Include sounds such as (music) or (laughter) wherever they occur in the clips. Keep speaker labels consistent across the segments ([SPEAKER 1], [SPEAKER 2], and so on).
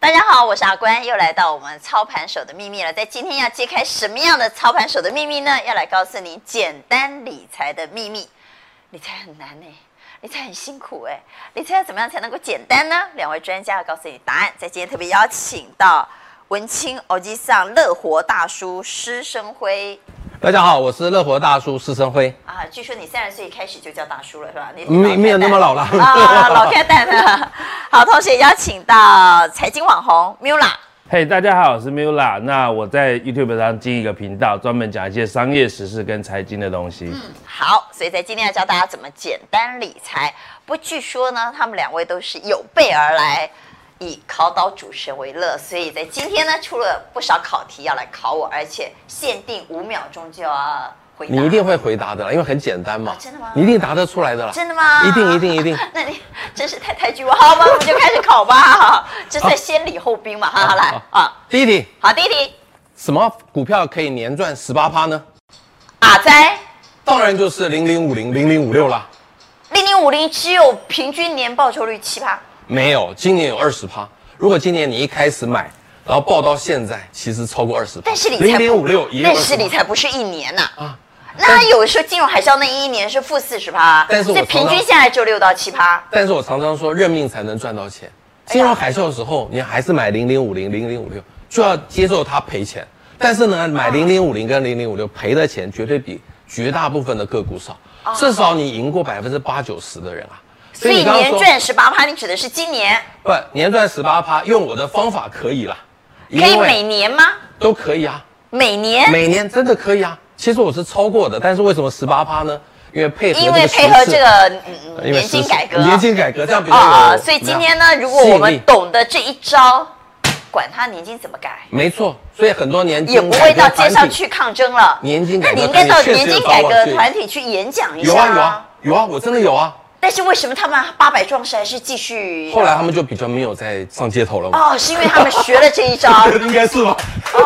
[SPEAKER 1] 大家好，我是阿关，又来到我们操盘手的秘密了。在今天要揭开什么样的操盘手的秘密呢？要来告诉你简单理财的秘密。理财很难呢、理财很辛苦哎、理财要怎么样才能够简单呢？两位专家要告诉你答案。在今天特别邀请到文青欧吉上乐活大叔施生辉
[SPEAKER 2] 大家好，我是乐活大叔施生辉，
[SPEAKER 1] 啊，据说你三十岁开始就叫大叔了是吧？你
[SPEAKER 2] 没嗯没有那么
[SPEAKER 1] 老
[SPEAKER 2] 老了。
[SPEAKER 1] 开蛋啊，老开蛋了。 (laughs) 好，同时也邀请到财经网红 Mula。
[SPEAKER 3] 嘿大家好，我是 Mula。那我在 YouTube 上经营一个频道，专门讲一些商业时事跟财经的东西。
[SPEAKER 1] 嗯好，所以在今天要教大家怎么简单理财。不过据说呢，他们两位都是有备而来，以考倒主持人为乐。所以在今天呢，出了不少考题要来考我，而且限定五秒钟就要回答。
[SPEAKER 2] 你一定会回答的啦，因为很简单嘛。
[SPEAKER 1] 啊真的吗
[SPEAKER 2] 你一定答得出来的啦。
[SPEAKER 1] 真的吗？
[SPEAKER 2] 一定一定一定。
[SPEAKER 1] 那你真是太抬举我，好吧，我们就开始考吧，好这算先礼后兵嘛，好好来啊，
[SPEAKER 2] 第一题，
[SPEAKER 1] 好，第一题，
[SPEAKER 2] 什么股票可以年赚十八趴呢？
[SPEAKER 1] 阿仔
[SPEAKER 2] 当然就是零零五零、零零五六啦。
[SPEAKER 1] 零零五零只有平均年报酬率七趴，
[SPEAKER 2] 没有，今年有二十趴。如果今年你一开始买，然后报到现在，其实超过二十。
[SPEAKER 1] 但是理
[SPEAKER 2] 零
[SPEAKER 1] 财
[SPEAKER 2] 零
[SPEAKER 1] 不
[SPEAKER 2] 五六也有
[SPEAKER 1] 但是理
[SPEAKER 2] 20%
[SPEAKER 1] 财不是一年呐、
[SPEAKER 2] 啊。
[SPEAKER 1] 那有时候金融海啸那一年是负四十趴，
[SPEAKER 2] 但是我
[SPEAKER 1] 所以平均下来就六到七趴。
[SPEAKER 2] 但是我常常说，认命才能赚到钱。金融海啸的时候，你还是买零零五零、零零五六，就要接受它赔钱。但是呢，买零零五零跟零零五六赔的钱绝对比绝大部分的个股少，至少你赢过百分之八九十的人啊。
[SPEAKER 1] 哦所以
[SPEAKER 2] 你刚刚
[SPEAKER 1] 年
[SPEAKER 2] 说
[SPEAKER 1] 赚十八趴，你指的是今年，
[SPEAKER 2] 不年赚十八趴，用我的方法可以啦，因
[SPEAKER 1] 可以每
[SPEAKER 2] 为
[SPEAKER 1] 年嗯吗？
[SPEAKER 2] 都可以啊，
[SPEAKER 1] 每年，
[SPEAKER 2] 每年真的可以啊。其实我是超过的，但是为什么十八趴呢？因为配合
[SPEAKER 1] 因为
[SPEAKER 2] 这
[SPEAKER 1] 配
[SPEAKER 2] 个
[SPEAKER 1] 合
[SPEAKER 2] 时
[SPEAKER 1] 这
[SPEAKER 2] 事
[SPEAKER 1] 个嗯
[SPEAKER 2] 因
[SPEAKER 1] 嗯
[SPEAKER 2] 为
[SPEAKER 1] 年金
[SPEAKER 2] 时事
[SPEAKER 1] 改革，
[SPEAKER 2] 年金改革这样比较有
[SPEAKER 1] 啊、所以今
[SPEAKER 2] 怎么样
[SPEAKER 1] 天呢，如果
[SPEAKER 2] 吸引
[SPEAKER 1] 我们
[SPEAKER 2] 力
[SPEAKER 1] 懂得这一招，管他年金怎么改，
[SPEAKER 2] 没错，所以很多年轻
[SPEAKER 1] 也不会到街上
[SPEAKER 2] 团体
[SPEAKER 1] 去抗争了。
[SPEAKER 2] 年金
[SPEAKER 1] 那
[SPEAKER 2] 改革
[SPEAKER 1] 你应该到
[SPEAKER 2] 团体确实
[SPEAKER 1] 年金
[SPEAKER 2] 有
[SPEAKER 1] 改
[SPEAKER 2] 帮我
[SPEAKER 1] 革
[SPEAKER 2] 去
[SPEAKER 1] 团体去演讲一下
[SPEAKER 2] 有啊有啊有啊，我真的有啊。
[SPEAKER 1] 但是为什么他们八百壮士还是继续？
[SPEAKER 2] 后来他们就比较没有再上街头了嘛，
[SPEAKER 1] 哦，是因为他们学了这一
[SPEAKER 2] (laughs)
[SPEAKER 1] 招。
[SPEAKER 2] 应该是吧？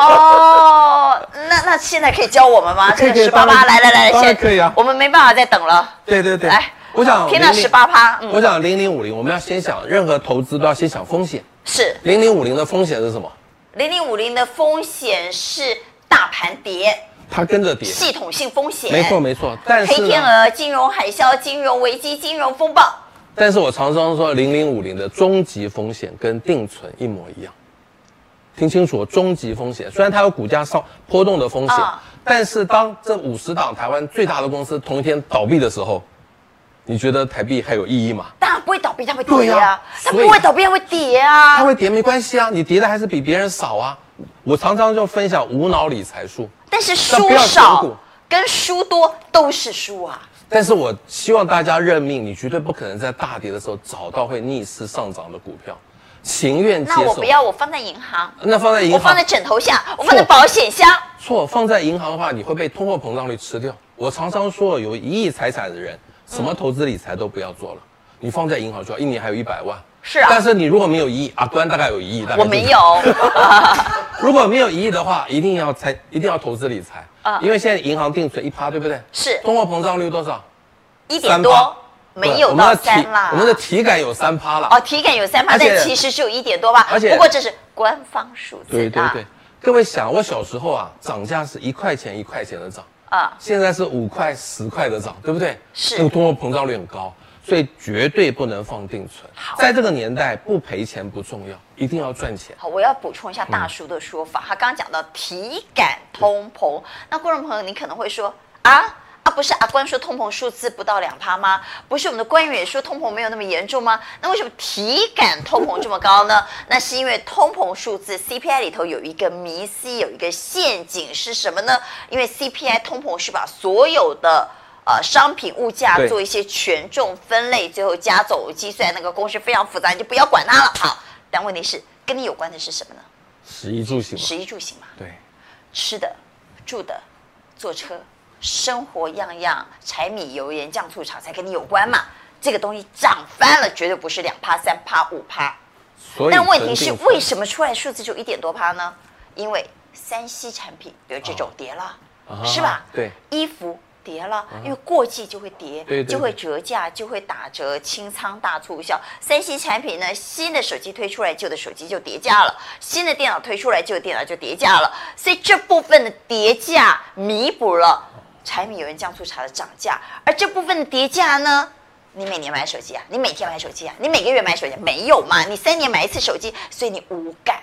[SPEAKER 1] 哦，那那现在可以教我们吗？
[SPEAKER 2] 可以
[SPEAKER 1] 这个十
[SPEAKER 2] 可
[SPEAKER 1] 八
[SPEAKER 2] 以当
[SPEAKER 1] 趴，
[SPEAKER 2] 然
[SPEAKER 1] 来来来，
[SPEAKER 2] 当然
[SPEAKER 1] 现在
[SPEAKER 2] 可以啊
[SPEAKER 1] 我们没办法再等了。
[SPEAKER 2] 对对对，
[SPEAKER 1] 来，
[SPEAKER 2] 我想
[SPEAKER 1] 听到
[SPEAKER 2] 00
[SPEAKER 1] 哎十八趴，
[SPEAKER 2] 我
[SPEAKER 1] 嗯，
[SPEAKER 2] 想零零五零，我们要先想任何投资都要先想风险。
[SPEAKER 1] 是
[SPEAKER 2] 零零五零的风险是什么？
[SPEAKER 1] 零零五零的风险是大盘跌，
[SPEAKER 2] 它跟着跌，
[SPEAKER 1] 系统性风险，
[SPEAKER 2] 没错没错。但
[SPEAKER 1] 黑
[SPEAKER 2] 是
[SPEAKER 1] 天
[SPEAKER 2] 呢，
[SPEAKER 1] 鹅、金融海啸、金融危机、金融风暴，
[SPEAKER 2] 但是我常常说零零五零的终极风险跟定存一模一样。听清楚，终极风险虽然它有股价上波动的风险，
[SPEAKER 1] 啊
[SPEAKER 2] 但是当这五十档台湾最大的公司同一天倒闭的时候，你觉得台币还有意义吗？
[SPEAKER 1] 当然不会倒闭，它会跌
[SPEAKER 2] 对
[SPEAKER 1] 啊
[SPEAKER 2] 啊，
[SPEAKER 1] 它
[SPEAKER 2] 所以
[SPEAKER 1] 不会倒闭，它会跌啊，
[SPEAKER 2] 它会跌没关系啊，你跌的还是比别人少啊。我常常就分享无脑理财术，
[SPEAKER 1] 但是
[SPEAKER 2] 那
[SPEAKER 1] 输
[SPEAKER 2] 不要炒
[SPEAKER 1] 少
[SPEAKER 2] 股
[SPEAKER 1] 跟输多都是输啊。
[SPEAKER 2] 但是我希望大家认命，你绝对不可能在大跌的时候找到会逆势上涨的股票，情愿接
[SPEAKER 1] 那
[SPEAKER 2] 受。
[SPEAKER 1] 我不要，我放在银行，
[SPEAKER 2] 那放在银
[SPEAKER 1] 我
[SPEAKER 2] 行，
[SPEAKER 1] 放在枕头下，我放在保险箱。
[SPEAKER 2] 错，放在银行的话，你会被通货膨胀率吃掉。我常常说，有一亿财产的人，什么投资理财都不要做了。你放在银行就好，一年还有一百万。
[SPEAKER 1] 是啊
[SPEAKER 2] 但是你如果没有一亿，阿关大概有一亿，大概
[SPEAKER 1] 我
[SPEAKER 2] 就
[SPEAKER 1] 没。有，
[SPEAKER 2] 如果没有一亿的话，一定要财，一定要投资理财
[SPEAKER 1] 啊
[SPEAKER 2] 因为现在银行定存一趴，对不对？
[SPEAKER 1] 是
[SPEAKER 2] 通货膨胀率多少？
[SPEAKER 1] 一点
[SPEAKER 2] 三趴
[SPEAKER 1] 多，没有
[SPEAKER 2] 我们
[SPEAKER 1] 到
[SPEAKER 2] 的体
[SPEAKER 1] 三啦。
[SPEAKER 2] 我们的体感有三趴啦。
[SPEAKER 1] 哦，体感有三趴，
[SPEAKER 2] 而且
[SPEAKER 1] 但其实是有一点多吧。
[SPEAKER 2] 而且
[SPEAKER 1] 不过这是官方数字
[SPEAKER 2] 对对
[SPEAKER 1] 啊。
[SPEAKER 2] 对，各位想，我小时候啊，涨价是一块钱一块钱的涨，
[SPEAKER 1] 啊，
[SPEAKER 2] 现在是五块十块的涨，对不对？
[SPEAKER 1] 是
[SPEAKER 2] 那个通货膨胀率很高，所以绝对不能放定存。在这个年代，不赔钱不重要，一定要赚钱。
[SPEAKER 1] 好，我要补充一下大叔的说法，他刚刚讲到体感通膨，那观众朋友你可能会说啊。啊，不是阿关说通膨数字不到两趴吗？不是我们的官员也说通膨没有那么严重吗？那为什么体感通膨这么高呢？那是因为通膨数字 CPI 里头有一个迷思，有一个陷阱是什么呢？因为 CPI 通膨是把所有的呃商品物价
[SPEAKER 2] 对
[SPEAKER 1] 做一些权重分类，最后加总计算，那个公式非常复杂，你就不要管它了。好，但问题是跟你有关的是什么呢？
[SPEAKER 2] 食衣住行嘛，
[SPEAKER 1] 食衣住行嘛，
[SPEAKER 2] 对，
[SPEAKER 1] 吃的、住的、坐车，生活样样柴米油盐酱醋茶才跟你有关嘛。这个东西涨翻了，绝对不是两趴、三趴、五趴。
[SPEAKER 2] 所以
[SPEAKER 1] 但问题是，
[SPEAKER 2] 存定
[SPEAKER 1] 为
[SPEAKER 2] 存
[SPEAKER 1] 什么出来数字就一点多趴呢？因为三 C 产品，比如这种跌了，
[SPEAKER 2] 啊
[SPEAKER 1] 是吧？
[SPEAKER 2] 对，嗯
[SPEAKER 1] 衣服、跌了，因为过季就会跌，
[SPEAKER 2] 对对
[SPEAKER 1] 就会折价，就会打折，清仓大促销。三 C 产品呢，新的手机推出来，旧的手机就跌价了；新的电脑推出来，旧的电脑就跌价了。所以这部分的跌价弥补了柴米油盐酱醋茶的涨价，而这部分的跌价呢？你每年买手机啊？你每天买手机啊？你每个月买手机、啊、没有嘛？你三年买一次手机，所以你无感。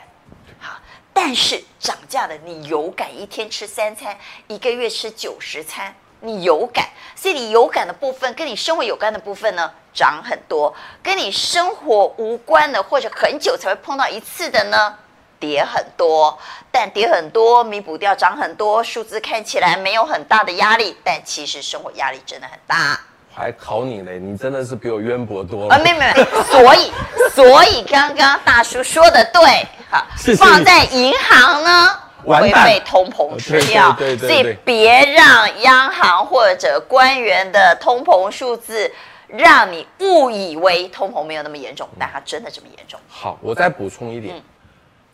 [SPEAKER 1] 好，但是涨价的你有感，一天吃三餐，一个月吃九十餐，你有感，所以你有感的部分跟你生活有关的部分呢，涨很多；跟你生活无关的或者很久才会碰到一次的呢，跌很多。但跌很多弥补掉涨很多，数字看起来没有很大的压力，但其实生活压力真的很大。
[SPEAKER 2] 还考你嘞，你真的是比我渊博多了。
[SPEAKER 1] 啊，没有没有，没有所
[SPEAKER 2] (laughs)
[SPEAKER 1] 以所以刚刚大叔说的对，好，
[SPEAKER 2] 谢谢你
[SPEAKER 1] 放在银行呢。
[SPEAKER 2] 完
[SPEAKER 1] 会
[SPEAKER 2] 蛋
[SPEAKER 1] 被通膨吃掉，
[SPEAKER 2] 对对对对
[SPEAKER 1] 所以
[SPEAKER 2] 对
[SPEAKER 1] 别让央行或者官员的通膨数字让你误以为通膨没有那么严
[SPEAKER 2] 嗯
[SPEAKER 1] 重，但它真的这么严重。
[SPEAKER 2] 好，我再补充一点，
[SPEAKER 1] 嗯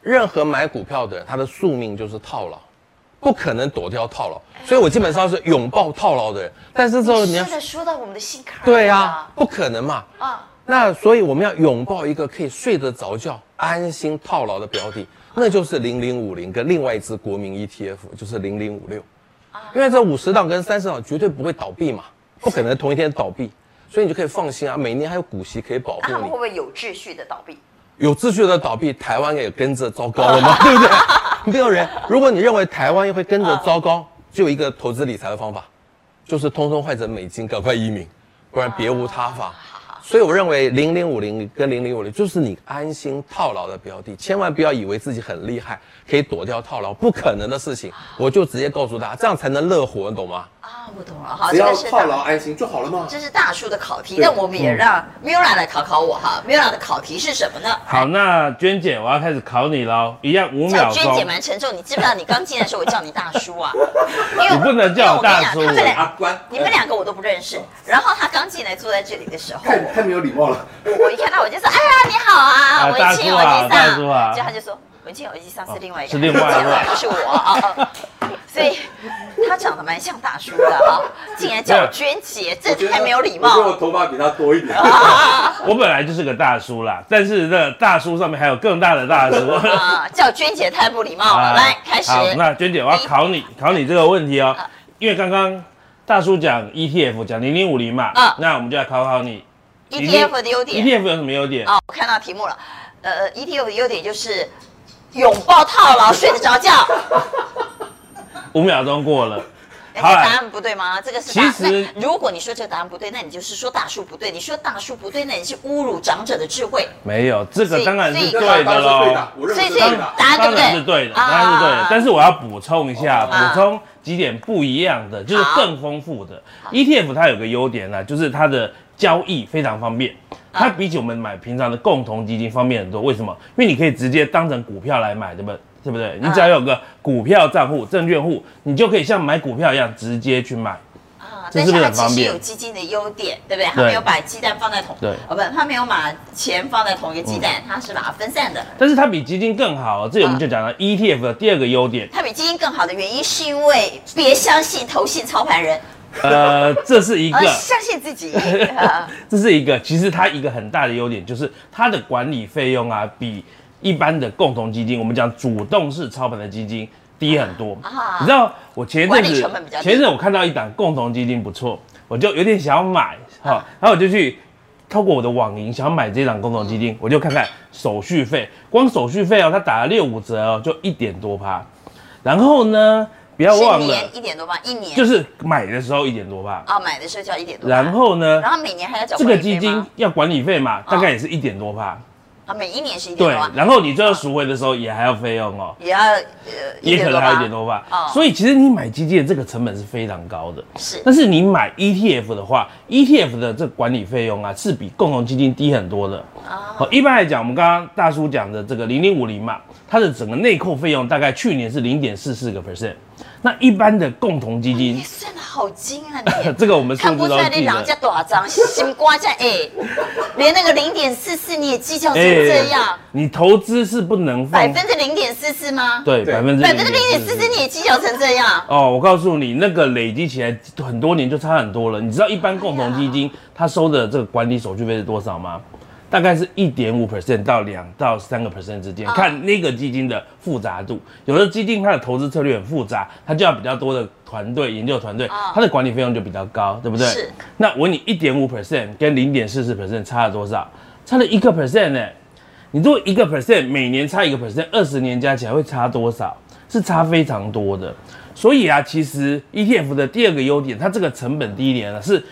[SPEAKER 2] 任何买股票的人，他的宿命就是套牢，不可能躲掉套牢，所以我基本上是拥抱套牢的人。但是之后你要
[SPEAKER 1] 哎是，的，说到我们的心坎儿
[SPEAKER 2] 对啊呀、
[SPEAKER 1] 了
[SPEAKER 2] 不可能嘛。
[SPEAKER 1] 啊，
[SPEAKER 2] 那所以我们要拥抱一个可以睡得着觉、安心套牢的标的，那就是零零五零跟另外一只国民 ETF，就是零零五六。因为这五十档跟三十档绝对不会倒闭嘛，不可能同一天倒闭，所以你就可以放心啊，每年还有股息可以保护
[SPEAKER 1] 那他们
[SPEAKER 2] 你
[SPEAKER 1] 会不。会有秩序的倒闭？
[SPEAKER 2] 有秩序的倒闭，台湾也跟着糟糕了
[SPEAKER 1] (laughs)
[SPEAKER 2] 吗？对不对？没有人，如果你认为台湾也会跟着糟糕，只有一个投资理财的方法，就是通通换成美金，赶快移民，不然别无他法。所以我认为零零五零跟零零五零就是你安心套牢的标的，千万不要以为自己很厉害，可以躲掉套牢，不可能的事情。我就直接告诉大家，这样才能乐活，你懂吗？
[SPEAKER 1] 啊，我懂了，好，
[SPEAKER 4] 只
[SPEAKER 1] 这
[SPEAKER 4] 要
[SPEAKER 1] 个是大
[SPEAKER 4] 套牢安心就好了嘛。
[SPEAKER 1] 这是大叔的考题，那我们也让
[SPEAKER 2] 嗯
[SPEAKER 1] Mira 来考考我哈。Mira 的考题是什么呢？
[SPEAKER 3] 好，那娟姐，我要开始考你喽，一样五
[SPEAKER 1] 叫
[SPEAKER 3] 秒
[SPEAKER 1] 哦娟
[SPEAKER 3] 钟
[SPEAKER 1] 姐。蛮沉重，你知不知道？你刚进来的时候，我叫你大叔
[SPEAKER 3] (laughs)
[SPEAKER 1] 啊，因为我
[SPEAKER 3] 你不能叫我大叔啊
[SPEAKER 1] 因为我跟你讲他
[SPEAKER 4] 阿
[SPEAKER 1] 们
[SPEAKER 4] 关
[SPEAKER 1] 俩，你们两个我都不认识。然后他刚进来坐在这里的时候，
[SPEAKER 4] 太太没有礼貌了，
[SPEAKER 1] 我一看到我就说：“哎呀，你好啊，
[SPEAKER 3] 啊
[SPEAKER 1] 文青
[SPEAKER 3] 大叔啊
[SPEAKER 1] 耳机
[SPEAKER 3] 大
[SPEAKER 1] 桑。”
[SPEAKER 3] 叔啊哦
[SPEAKER 1] 结果他就说：“文青耳机桑是另外一个，
[SPEAKER 3] 是另外一个
[SPEAKER 1] 不是我啊。啊”所以他长得蛮像大叔的啊，竟然叫我娟姐，这
[SPEAKER 4] 我觉得
[SPEAKER 1] 太没有礼
[SPEAKER 4] 我觉得
[SPEAKER 1] 貌
[SPEAKER 4] 我头发比他多一点。
[SPEAKER 3] 我本来就是个大叔啦，但是那大叔上面还有更大的
[SPEAKER 1] (laughs)
[SPEAKER 3] 大叔。 (laughs) 啊
[SPEAKER 1] 啊！叫娟姐太不礼貌了。来，开始。哎啊
[SPEAKER 3] 好，那娟姐，我要考你，考你这个问题哦，因为刚刚大叔讲 ETF 讲零零五零嘛，
[SPEAKER 1] 嗯
[SPEAKER 3] 那我们就来考考你
[SPEAKER 1] ETF ，E 的优点
[SPEAKER 3] ETF 有什么优点？
[SPEAKER 1] 啊、我看到题目了，呃，ETF 的优点就是拥抱套牢， (laughs) 睡得着觉。
[SPEAKER 3] 五秒钟过了，
[SPEAKER 1] 哎这
[SPEAKER 3] 好啦
[SPEAKER 1] 答案不对吗？这个是答
[SPEAKER 3] 其实
[SPEAKER 1] 那如果你说这个答案不对，那你就是说大叔不对。你说大叔不对，那你是侮辱长者的智慧。
[SPEAKER 3] 没有，这
[SPEAKER 1] 所
[SPEAKER 3] 个
[SPEAKER 1] 以
[SPEAKER 3] 当然是
[SPEAKER 1] 所以
[SPEAKER 3] 对
[SPEAKER 4] 当
[SPEAKER 3] 的
[SPEAKER 4] 然是对
[SPEAKER 3] 喽
[SPEAKER 4] 的。，我认为是
[SPEAKER 1] 所以
[SPEAKER 4] 对的。
[SPEAKER 1] 答案对
[SPEAKER 3] 当
[SPEAKER 1] 不对
[SPEAKER 3] 然是对的，
[SPEAKER 1] 啊
[SPEAKER 3] 当然是对
[SPEAKER 1] 啊
[SPEAKER 3] 的。但是我要补充一下，
[SPEAKER 1] 啊
[SPEAKER 3] 补充几点不一样的，就是更丰富的 ETF，它有个优点呢，就是它的交易非常方便。
[SPEAKER 1] 啊
[SPEAKER 3] 它比起我们买平常的共同基金方便很多，为什么？因为你可以直接当成股票来买，对不对？对不
[SPEAKER 1] 啊
[SPEAKER 3] 对？你只要有个股票账户、证券户，你就可以像买股票一样直接去买。
[SPEAKER 1] 啊，
[SPEAKER 3] 这
[SPEAKER 1] 但
[SPEAKER 3] 是
[SPEAKER 1] 是
[SPEAKER 3] 不是
[SPEAKER 1] 它
[SPEAKER 3] 很
[SPEAKER 1] 其
[SPEAKER 3] 方
[SPEAKER 1] 实
[SPEAKER 3] 便
[SPEAKER 1] 有基金的优点，对不对？它没
[SPEAKER 3] 对
[SPEAKER 1] 有把鸡蛋放在同
[SPEAKER 3] 对嗯
[SPEAKER 1] 哦不，它没有把钱放在同一个鸡蛋，它是把它分散的。
[SPEAKER 3] 但是它比基金更好，这里我们就讲到 ETF 的第二个优点，
[SPEAKER 1] 它比基金更好的原因是因为别相信投信操盘人，
[SPEAKER 3] 呃，这是一个
[SPEAKER 1] 而相信自
[SPEAKER 3] (laughs)
[SPEAKER 1] 己。啊
[SPEAKER 3] 这是一个，其实它一个很大的优点就是它的管理费用啊，比一般的共同基金，我们讲主动式操盘的基金低很多。
[SPEAKER 1] 啊
[SPEAKER 3] 你知道我前一阵
[SPEAKER 1] 管理
[SPEAKER 3] 子
[SPEAKER 1] 成本比较低
[SPEAKER 3] 前一阵子我看到一档共同基金不错，我就有点想要买哈、
[SPEAKER 1] 啊
[SPEAKER 3] 然后我就去。透过我的网银想要买这档共同基
[SPEAKER 1] 嗯
[SPEAKER 3] 金，我就看看手续费，光手续费哦，它打了六五折哦，就一点多趴。然后呢，不要
[SPEAKER 1] 是
[SPEAKER 3] 忘了，
[SPEAKER 1] 年一点多吧，一年
[SPEAKER 3] 就是买的时候一点多趴，
[SPEAKER 1] 啊，买的时候交一点多吧。
[SPEAKER 3] 然后呢，
[SPEAKER 1] 然后每年还要缴
[SPEAKER 3] 这
[SPEAKER 1] 管
[SPEAKER 3] 个
[SPEAKER 1] 理费
[SPEAKER 3] 基金
[SPEAKER 1] 吗
[SPEAKER 3] 要管理费嘛，大概也是一点多趴。
[SPEAKER 1] 啊，每一年是一点
[SPEAKER 3] 对
[SPEAKER 1] 多啊，，
[SPEAKER 3] 然后你最后赎回的时候也还要费用哦，
[SPEAKER 1] 也要呃
[SPEAKER 3] 也可能还有一点
[SPEAKER 1] 多
[SPEAKER 3] 多
[SPEAKER 1] 哦
[SPEAKER 3] 趴。所以其实你买基金的这个成本是非常高的。
[SPEAKER 1] 吧是
[SPEAKER 3] 但是你买 ETF 的话，ETF 的这管理费用啊，是比共同基金低很多的。
[SPEAKER 1] 哦
[SPEAKER 3] 好，一般来讲，我们刚刚大叔讲的这个零零五零嘛，它的整个内扣费用大概去年是零点四四个 percent，那一般的共同基
[SPEAKER 1] 你
[SPEAKER 3] 金，
[SPEAKER 1] 算哎的好精啊！你哦
[SPEAKER 3] (laughs)
[SPEAKER 1] 也
[SPEAKER 3] 这个我们数
[SPEAKER 1] 看不
[SPEAKER 3] 字
[SPEAKER 1] 出
[SPEAKER 3] 都
[SPEAKER 1] 来
[SPEAKER 3] 记
[SPEAKER 1] 你老
[SPEAKER 3] 得
[SPEAKER 1] 家。多少张，心瓜这样哎，连那个零点四四你也计较成
[SPEAKER 3] 哎
[SPEAKER 1] 这样，
[SPEAKER 3] 你投资是不能
[SPEAKER 1] 百
[SPEAKER 3] 放
[SPEAKER 1] 分之零点四四吗？
[SPEAKER 3] 对
[SPEAKER 4] 对
[SPEAKER 3] 百分之
[SPEAKER 1] 百分之零点四四你也计较成这样，
[SPEAKER 3] 哦，我告诉你，那个累积起来很多年就差很多了。你知道一般共同基
[SPEAKER 1] 哎
[SPEAKER 3] 金它收的这个管理手续费是多少吗？大概是一点五 percent 到两到三个 percent 之
[SPEAKER 1] 哦
[SPEAKER 3] 间，看那个基金的复杂度。有的基金它的投资策略很复杂，它就要比较多的团队研究团队，它的管理费用就比较高，对不对？
[SPEAKER 1] 哦是。
[SPEAKER 3] 那我问你，一点五 percent 跟零点四四 percent 差了多少？差了一个 percent 呢？你如果一个 percent 每年差一个 percent，二十年加起来会差多少？是差非常多的。所以啊，其实 ETF 的第二个优点，它这个成本低廉呢，啊是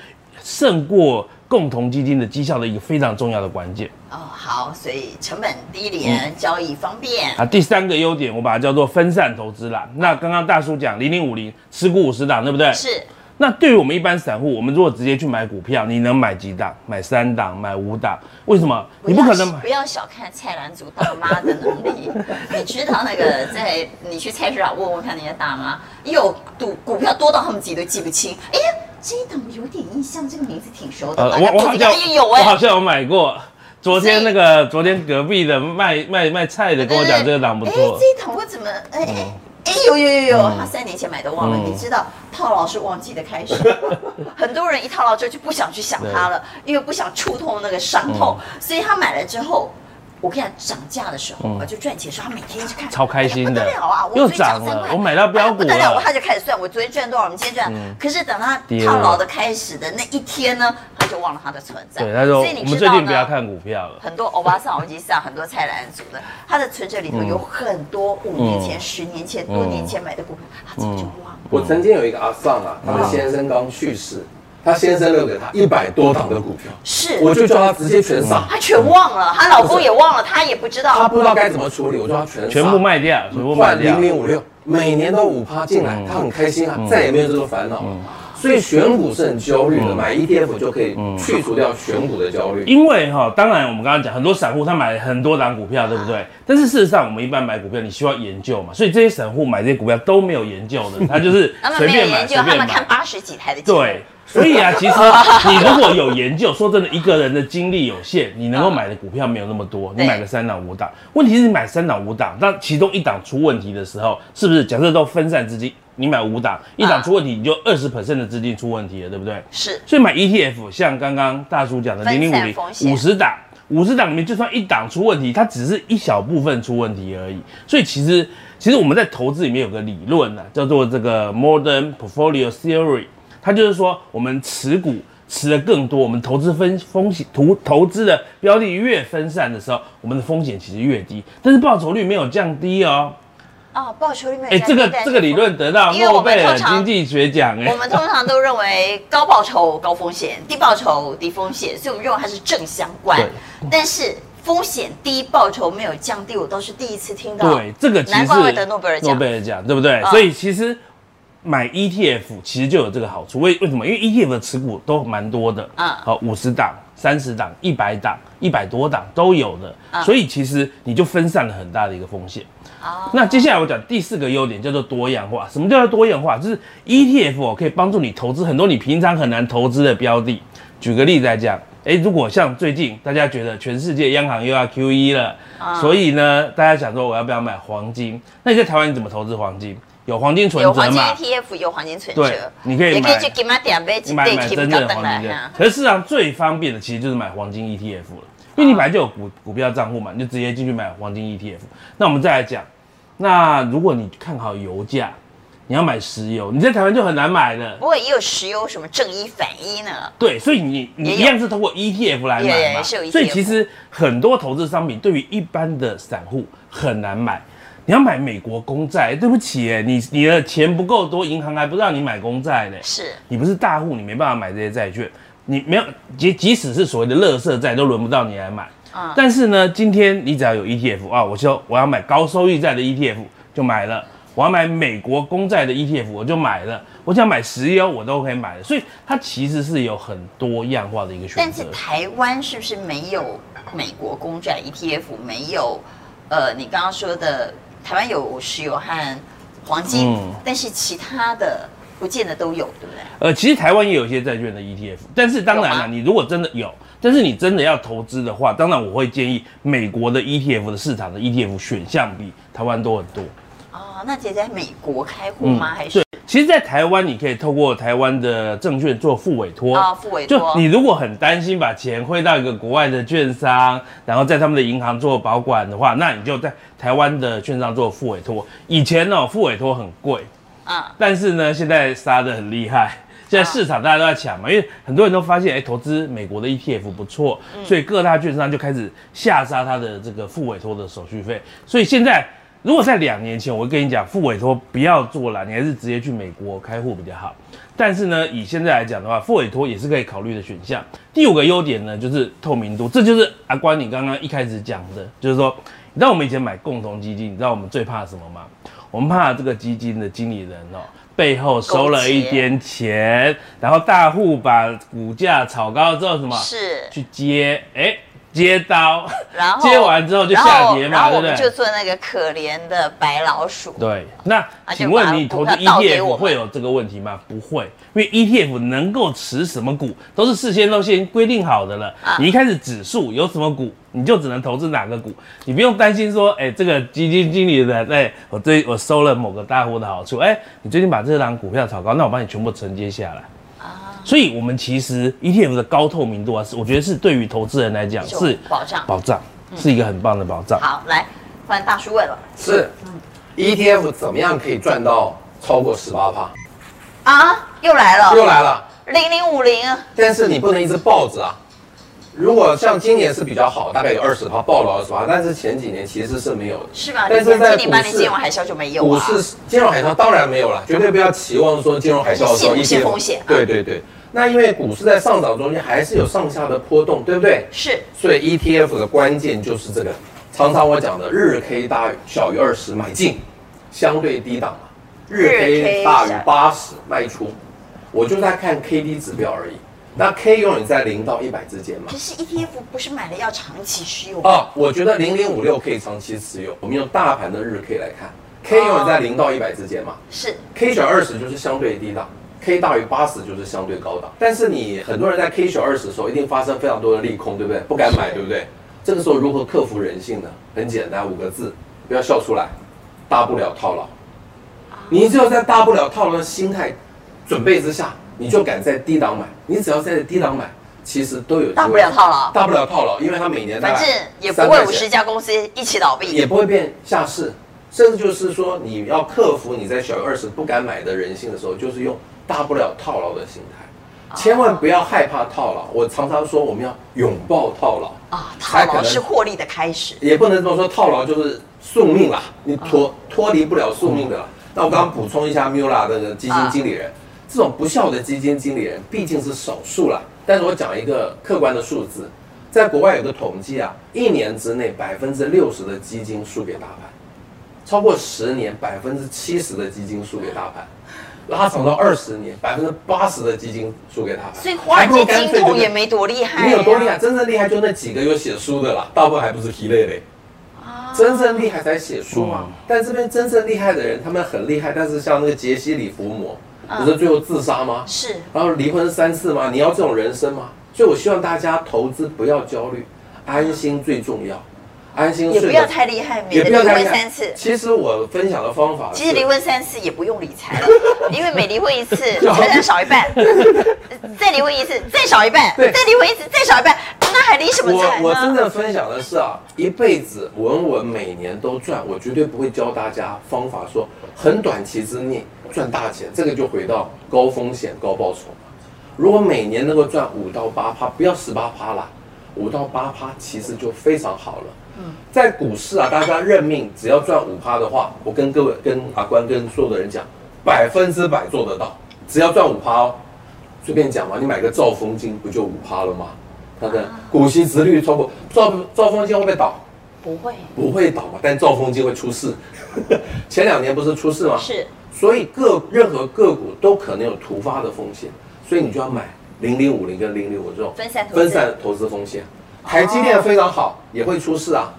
[SPEAKER 3] 胜过共同基金的绩效的一个非常重要的关键
[SPEAKER 1] 哦，好，所以成本低
[SPEAKER 3] 嗯
[SPEAKER 1] 廉，交易方便。
[SPEAKER 3] 啊。第三个优点，我把它叫做分散投资啦。那刚刚大叔讲零零五零持股五十档，对不对？
[SPEAKER 1] 是，
[SPEAKER 3] 那对于我们一般散户，我们如果直接去买股票，你能买几档？买三档，买五档？为什么？你不可能买
[SPEAKER 1] 不。要小看蔡澜族大妈的能
[SPEAKER 3] (laughs)
[SPEAKER 1] 力。你知道那个在你去菜市场问问看那些大妈，有赌股票多到他们自己都记不清。哎呀，这一档有点印象，这个名字挺熟的，
[SPEAKER 3] 呃，
[SPEAKER 1] 好
[SPEAKER 3] 我
[SPEAKER 1] 像
[SPEAKER 3] 我好
[SPEAKER 1] 肚子
[SPEAKER 3] 像
[SPEAKER 1] 里面有
[SPEAKER 3] 我好
[SPEAKER 1] 哎。
[SPEAKER 3] 像有买过。昨
[SPEAKER 1] 所以
[SPEAKER 3] 天那个，昨天隔壁的卖卖卖菜的跟我讲这个档不
[SPEAKER 1] 哎，
[SPEAKER 3] 错，
[SPEAKER 1] 这一档我怎么哎哎哎有有有有，
[SPEAKER 3] 嗯
[SPEAKER 1] 他三年前买的忘了，
[SPEAKER 3] 嗯
[SPEAKER 1] 你知道套牢是忘记的
[SPEAKER 3] (laughs)
[SPEAKER 1] 开始，很多人一套牢之后就不想去想它了，因为不想触痛那个伤痛，
[SPEAKER 3] 嗯
[SPEAKER 1] 所以他买了之后。我跟你讲，涨价的时候啊，就赚钱的时候，他每天去看，
[SPEAKER 3] 超开心的
[SPEAKER 1] 哎呀不得了啊！我
[SPEAKER 3] 又
[SPEAKER 1] 昨天
[SPEAKER 3] 涨
[SPEAKER 1] 三
[SPEAKER 3] 了
[SPEAKER 1] 块
[SPEAKER 3] 我买到标股啊
[SPEAKER 1] 哎不得了，
[SPEAKER 3] 了
[SPEAKER 1] 我他就开始算，我昨天赚多少，我们今天赚。可是等他
[SPEAKER 3] 跌
[SPEAKER 1] 套
[SPEAKER 3] 了
[SPEAKER 1] 牢的开始的那一天呢，他就忘了它的存在。
[SPEAKER 3] 对，他说
[SPEAKER 1] 所以你
[SPEAKER 3] 我们
[SPEAKER 1] 知
[SPEAKER 3] 最
[SPEAKER 1] 道
[SPEAKER 3] 近不
[SPEAKER 1] 呢
[SPEAKER 3] 要看股票了，
[SPEAKER 1] 很多欧巴桑、欧吉桑，很多菜篮族的，他的存折里头有
[SPEAKER 3] 嗯
[SPEAKER 1] 很多五年前、十年前、多年前买的股票，他怎么就忘了？
[SPEAKER 2] 我曾经有一个阿桑啊，他的先生刚去世，他先生留给他一百多档的股票，
[SPEAKER 1] 是，
[SPEAKER 3] 嗯
[SPEAKER 1] 嗯
[SPEAKER 2] 我就叫他直接全杀，
[SPEAKER 1] 他全忘了，她老公也忘了，她也不知
[SPEAKER 2] 他
[SPEAKER 1] 道。
[SPEAKER 2] 不知道该怎么处理，我叫他全杀
[SPEAKER 3] 全部卖掉，全部卖
[SPEAKER 2] 换
[SPEAKER 3] 掉嗯
[SPEAKER 2] 零。零五六，每年都五趴进来，他很开心啊，再也没有这个烦恼了。所以选股是很焦虑的，买 ETF 就可以
[SPEAKER 3] 嗯
[SPEAKER 2] 去除掉选股的焦虑。
[SPEAKER 3] 因为哈、当然我们刚刚讲，很多散户他买很多档股票，对不
[SPEAKER 1] 嗯
[SPEAKER 3] 对？但是事实上，我们一般买股票，你需要研究嘛，所以这些散户买这些股票都没有研究的，他就是
[SPEAKER 1] (laughs) 他们
[SPEAKER 3] 随
[SPEAKER 1] 没有
[SPEAKER 3] 便买，
[SPEAKER 1] 研究，
[SPEAKER 3] 随
[SPEAKER 1] 他
[SPEAKER 3] 便
[SPEAKER 1] 们看
[SPEAKER 3] 买。
[SPEAKER 1] 八十几台的节目。
[SPEAKER 3] 对，所以啊，其实你如果有研究，说真的，一个人的精力有限，你能够买的股票没有那么多，你
[SPEAKER 1] 对
[SPEAKER 3] 买个三档五档。问题是你买三档五档，当其中一档出问题的时候，是不是假设都分散资金，你买五档，一档出问题，你就二十 percent 的资金出问题了，对不对？
[SPEAKER 1] 是
[SPEAKER 3] 所以买 ETF，像刚刚大叔讲的
[SPEAKER 1] 分
[SPEAKER 3] 零零
[SPEAKER 1] 散
[SPEAKER 3] 五
[SPEAKER 1] 风
[SPEAKER 3] 零
[SPEAKER 1] 险
[SPEAKER 3] 五十档，五十档里面就算一档出问题，它只是一小部分出问题而已。所以其实其实我们在投资里面有个理论呢、啊，叫做这个 Modern Portfolio Theory，它就是说我们持股。持的更多，我们投资分风险投投资的标的越分散的时候，我们的风险其实越低，但是报酬率没有降低哦。
[SPEAKER 1] 哦，报酬率没有
[SPEAKER 3] 哎、
[SPEAKER 1] 加
[SPEAKER 3] 这个
[SPEAKER 1] 但是
[SPEAKER 3] 这个理论得到
[SPEAKER 1] 因为我
[SPEAKER 3] 诺
[SPEAKER 1] 们
[SPEAKER 3] 贝尔
[SPEAKER 1] 通常
[SPEAKER 3] 经济学奖哎、
[SPEAKER 1] 我们通常都认为高报酬高风险，低报酬低风险，所以我们认为它是正相关
[SPEAKER 3] 对。
[SPEAKER 1] 但是风险低，报酬没有降低，我倒是第一次听到。
[SPEAKER 3] 对，这个其实
[SPEAKER 1] 难怪会得诺贝尔奖
[SPEAKER 3] 诺贝尔奖对不对？
[SPEAKER 1] 嗯
[SPEAKER 3] 所以其实买 ETF 其实就有这个好处。为为什么？因为 ETF 的持股都蛮多的，
[SPEAKER 1] 嗯
[SPEAKER 3] 啊，好五十档、三十档、一百档、一百多档都有的，
[SPEAKER 1] 嗯
[SPEAKER 3] 所以其实你就分散了很大的一个风险。
[SPEAKER 1] 啊，
[SPEAKER 3] 那接下来我讲第四个优点叫做多样化。什么叫做多样化？就是 ETF 哦，可以帮助你投资很多你平常很难投资的标的。举个例子来讲，诶，如果像最近大家觉得全世界央行又要 QE 了，
[SPEAKER 1] 啊
[SPEAKER 3] 所以呢，大家想说我要不要买黄金？那你在台湾你怎么投资黄金？有黄金存
[SPEAKER 1] 有
[SPEAKER 3] 折
[SPEAKER 1] 黄金
[SPEAKER 3] 嘛？
[SPEAKER 1] ETF，有黄金存
[SPEAKER 3] 对
[SPEAKER 1] 折，
[SPEAKER 3] 你可以
[SPEAKER 1] 也可以
[SPEAKER 3] 买
[SPEAKER 1] 去给妈点杯，
[SPEAKER 3] 你买买真正的
[SPEAKER 1] 灯
[SPEAKER 3] 黄金的
[SPEAKER 1] 来。啊
[SPEAKER 3] 可是市场最方便的其实就是买黄金 ETF 了，因为你本来就有股股票账户嘛，你就直接进去买黄金 ETF。那我们再来讲，那如果你看好油价，你要买石油，你在台湾就很难买了
[SPEAKER 1] 不。过也有石油什么正一反一呢？
[SPEAKER 3] 对，所以你你
[SPEAKER 1] 也有
[SPEAKER 3] 一样是通过 ETF 来
[SPEAKER 1] 也
[SPEAKER 3] 买
[SPEAKER 1] 也
[SPEAKER 3] 嘛，
[SPEAKER 1] 是有，E ETF
[SPEAKER 3] 所以其实很多投资商品对于一般的散户很难买。你要买美国公债，对不起耶，你你的钱不够多，银行还不让你买公债呢。
[SPEAKER 1] 是
[SPEAKER 3] 你不是大户，你没办法买这些债券，你没有即即使是所谓的垃圾债，都轮不到你来买。
[SPEAKER 1] 嗯
[SPEAKER 3] 但是呢，今天你只要有 ETF 啊，我说我要买高收益债的 ETF 就买了，我要买美国公债的 ETF 我就买了，我想买石油我都可以买了，所以它其实是有很多样化的一个选
[SPEAKER 1] 但
[SPEAKER 3] 择
[SPEAKER 1] 是。台湾是不是没有美国公 E 债 ETF？没有，呃，你刚刚说的台湾有石油和黄金，
[SPEAKER 3] 嗯
[SPEAKER 1] 但是其他的不见得都有，对不对？
[SPEAKER 3] 呃，其实台湾也有一些债券的 ETF，但是当然
[SPEAKER 1] 有啊
[SPEAKER 3] 了、
[SPEAKER 1] 吗
[SPEAKER 3] 你如果真的有，但是你真的要投资的话，当然我会建议美国的 ETF 的市场的 ETF 选项比台湾多很多。
[SPEAKER 1] 哦，那姐在美国开户吗？还
[SPEAKER 3] 嗯对
[SPEAKER 1] 是，
[SPEAKER 3] 其实，在台湾你可以透过台湾的证券做副委托
[SPEAKER 1] 啊付委
[SPEAKER 3] 就
[SPEAKER 1] 托
[SPEAKER 3] 你？如果很担心把钱汇到一个国外的券商，然后在他们的银行做保管的话，那你就在台湾的券商做副委托。以前哦，副委托很贵，
[SPEAKER 1] 嗯，
[SPEAKER 3] 但是呢，现在杀的很厉害。现在市场大家都在抢嘛，因为很多人都发现，哎、投资美国的 ETF 不错，所以各大券商就开始下杀它的这个副委托的手续费。所以现在，如果在两年前，我会跟你讲，副委托不要做了，你还是直接去美国开户比较好。但是呢，以现在来讲的话，副委托也是可以考虑的选项。第五个优点呢，就是透明度，这就是阿关你刚刚一开始讲的，就是说，你知道我们以前买共同基金，你知道我们最怕什么吗？我们怕这个基金的经理人哦，背后收了一点钱，然后大户把股价炒高之后什么
[SPEAKER 1] 是，
[SPEAKER 3] 去接，哎，接刀，
[SPEAKER 1] 然后
[SPEAKER 3] 接完之后就
[SPEAKER 1] 然
[SPEAKER 3] 下
[SPEAKER 1] 后
[SPEAKER 3] 跌
[SPEAKER 1] 然
[SPEAKER 3] 嘛，
[SPEAKER 1] 后
[SPEAKER 3] 对
[SPEAKER 1] 我
[SPEAKER 3] 不
[SPEAKER 1] 们就
[SPEAKER 3] 对？
[SPEAKER 1] 做那个可怜的白老鼠。
[SPEAKER 3] 对，那
[SPEAKER 1] 啊就
[SPEAKER 3] 请
[SPEAKER 1] 把
[SPEAKER 3] 问你投
[SPEAKER 1] 股
[SPEAKER 3] 资
[SPEAKER 1] 票倒给我
[SPEAKER 3] ETF
[SPEAKER 1] 们
[SPEAKER 3] 会有这个问题吗？不会，因为 ETF 能够持什么股都是事先都先规定好的了。
[SPEAKER 1] 啊
[SPEAKER 3] 你一开始指数有什么股，你就只能投资哪个股，你不用担心说，哎、这个基金经理人，哎、我最我收了某个大户的好处，哎、你最近把这档股票炒高，那我帮你全部承接下来。
[SPEAKER 1] 啊
[SPEAKER 3] 所以，我们其实 ETF 的高透明度啊，是我觉得是对于投资人来讲
[SPEAKER 1] 一种
[SPEAKER 3] 是
[SPEAKER 1] 保障嗯
[SPEAKER 3] 保障是一个很棒的保障。
[SPEAKER 1] 好，来换大叔问了
[SPEAKER 2] 是 ETF 怎么样可以赚到超过十八趴？
[SPEAKER 1] 啊，又来了，
[SPEAKER 2] 又来了，
[SPEAKER 1] 零零五零，
[SPEAKER 2] 但是你不能一直抱着啊。如果像今年是比较好，大概有二十趴，抱了二十趴，但是前几年其实是没有的。
[SPEAKER 1] 是吧？
[SPEAKER 2] 但
[SPEAKER 1] 你
[SPEAKER 2] 是
[SPEAKER 1] 看
[SPEAKER 2] 在
[SPEAKER 1] 今年
[SPEAKER 2] 股
[SPEAKER 1] 把你金
[SPEAKER 2] 市
[SPEAKER 1] 融，海啸就没有
[SPEAKER 2] 股
[SPEAKER 1] 啊。
[SPEAKER 2] 市金融海啸当然没有了，绝对不要期望说金融海啸的时
[SPEAKER 1] 信
[SPEAKER 2] 候
[SPEAKER 1] 不信
[SPEAKER 2] ETF
[SPEAKER 1] 风险啊
[SPEAKER 2] 对对对，那因为股市在上涨中间还是有上下的波动，对不对？
[SPEAKER 1] 是
[SPEAKER 2] 所以 ETF 的关键就是这个，常常我讲的日 K 大于小于二十买进，相对低档嘛，日
[SPEAKER 1] 日 K
[SPEAKER 2] K 大于
[SPEAKER 1] 小于
[SPEAKER 2] 八十卖出，我就在看 KD 指标而已。那 K 永远在零到一百之间嘛
[SPEAKER 1] 可。是 ETF 不是买了要长期持有吗？
[SPEAKER 2] 啊，我觉得零零五六可以长期持有。我们用大盘的日 K 来看，K 永远在零到一百之间嘛。
[SPEAKER 1] 是
[SPEAKER 2] K 小于二十就是相对低档，K 大于八十就是相对高档。但是你很多人在 K 小于二十的时候，一定发生非常多的利空，对不对？不敢买，对不对？这个时候如何克服人性呢？很简单，五个字，不要笑出来，大不了套牢。
[SPEAKER 1] 啊
[SPEAKER 2] 你只有在大不了套牢的心态准备之下，你就敢在低档买。你只要在低档买，其实都有机会
[SPEAKER 1] 大不了套牢
[SPEAKER 2] 大不了套牢，因为它每年大
[SPEAKER 1] 反
[SPEAKER 2] 概
[SPEAKER 1] 正也不
[SPEAKER 2] 3
[SPEAKER 1] 会
[SPEAKER 2] 块
[SPEAKER 1] 五
[SPEAKER 2] 钱
[SPEAKER 1] 十家公司一起倒闭
[SPEAKER 2] 也。不会变下市，甚至就是说你要克服你在小于二十不敢买的人性的时候，就是用大不了套牢的心
[SPEAKER 1] 哦
[SPEAKER 2] 态，千万不要害怕套牢。我常常说我们要拥抱套牢
[SPEAKER 1] 啊，套
[SPEAKER 2] 才可
[SPEAKER 1] 牢
[SPEAKER 2] 能
[SPEAKER 1] 是获利的开始。
[SPEAKER 2] 也不能这么说，套牢就是宿命啦，你脱脱离不了宿命的啦。那我刚刚补充一下 Mula 的基金经理人，这种不孝的基金经理人毕竟是少数啦。但是我讲一个客观的数字，在国外有个统计啊，一年之内百分之六十的基金输给大盘，超过十年百分之七十的基金输给大盘，拉长到二十年百分之八十的基金输给大盘。
[SPEAKER 1] 所以华尔
[SPEAKER 2] 还不
[SPEAKER 1] 街
[SPEAKER 2] 如干
[SPEAKER 1] 金
[SPEAKER 2] 脆
[SPEAKER 1] 控
[SPEAKER 2] 就
[SPEAKER 1] 也没多厉害、啊，
[SPEAKER 2] 没有多厉害，真正厉害就那几个有写书的啦，大部分还不是皮累累。
[SPEAKER 1] 啊
[SPEAKER 2] 真正厉害才写书嘛。但这边真正厉害的人，他们很厉害，但是像那个杰西·里弗摩，
[SPEAKER 1] 嗯
[SPEAKER 2] 不是最后自杀吗？
[SPEAKER 1] 是
[SPEAKER 2] 然后离婚三次吗？你要这种人生吗？所以我希望大家投资不要焦虑，安心最重要，安心
[SPEAKER 1] 也
[SPEAKER 2] 睡
[SPEAKER 1] 不
[SPEAKER 2] 得
[SPEAKER 1] 要太厉害，免
[SPEAKER 2] 也
[SPEAKER 1] 得
[SPEAKER 2] 不
[SPEAKER 1] 离
[SPEAKER 2] 要太
[SPEAKER 1] 婚
[SPEAKER 2] 厉害
[SPEAKER 1] 三次。
[SPEAKER 2] 其实我分享的方法是，
[SPEAKER 1] 其实离婚三次也不用理
[SPEAKER 2] (laughs)
[SPEAKER 1] 财了，因为每离婚一次财产少一半，再离婚一次再少一半，
[SPEAKER 2] 对
[SPEAKER 1] 再离婚一次再少一半，那还离什么财
[SPEAKER 2] 我我真
[SPEAKER 1] 呢？
[SPEAKER 2] 正分享的是啊，一辈子稳稳每年都赚，我绝对不会教大家方法说很短期之内赚大钱，这个就回到高风险高报酬嘛。如果每年能够赚五到八趴，不要十八趴啦，五到八趴其实就非常好了。
[SPEAKER 1] 嗯
[SPEAKER 2] 在股市啊，大家认命，只要赚五趴的话，我跟各位、跟阿关、跟所有的人讲，百分之百做得到，只要赚五趴哦。随便讲嘛，你买个兆丰金不就五趴了吗？它的
[SPEAKER 1] 啊
[SPEAKER 2] 股息值率超过兆兆丰金会不会倒？
[SPEAKER 1] 不会，
[SPEAKER 2] 不会倒嘛，但兆丰金会出事。 (laughs) 前两年不是出事吗？
[SPEAKER 1] 是。
[SPEAKER 2] 所以个任何个股都可能有突发的风险，所以你就要买零零五零跟零零五这种
[SPEAKER 1] 分散投资哦
[SPEAKER 2] 分散投资风险。台积电非常好，也会出事啊。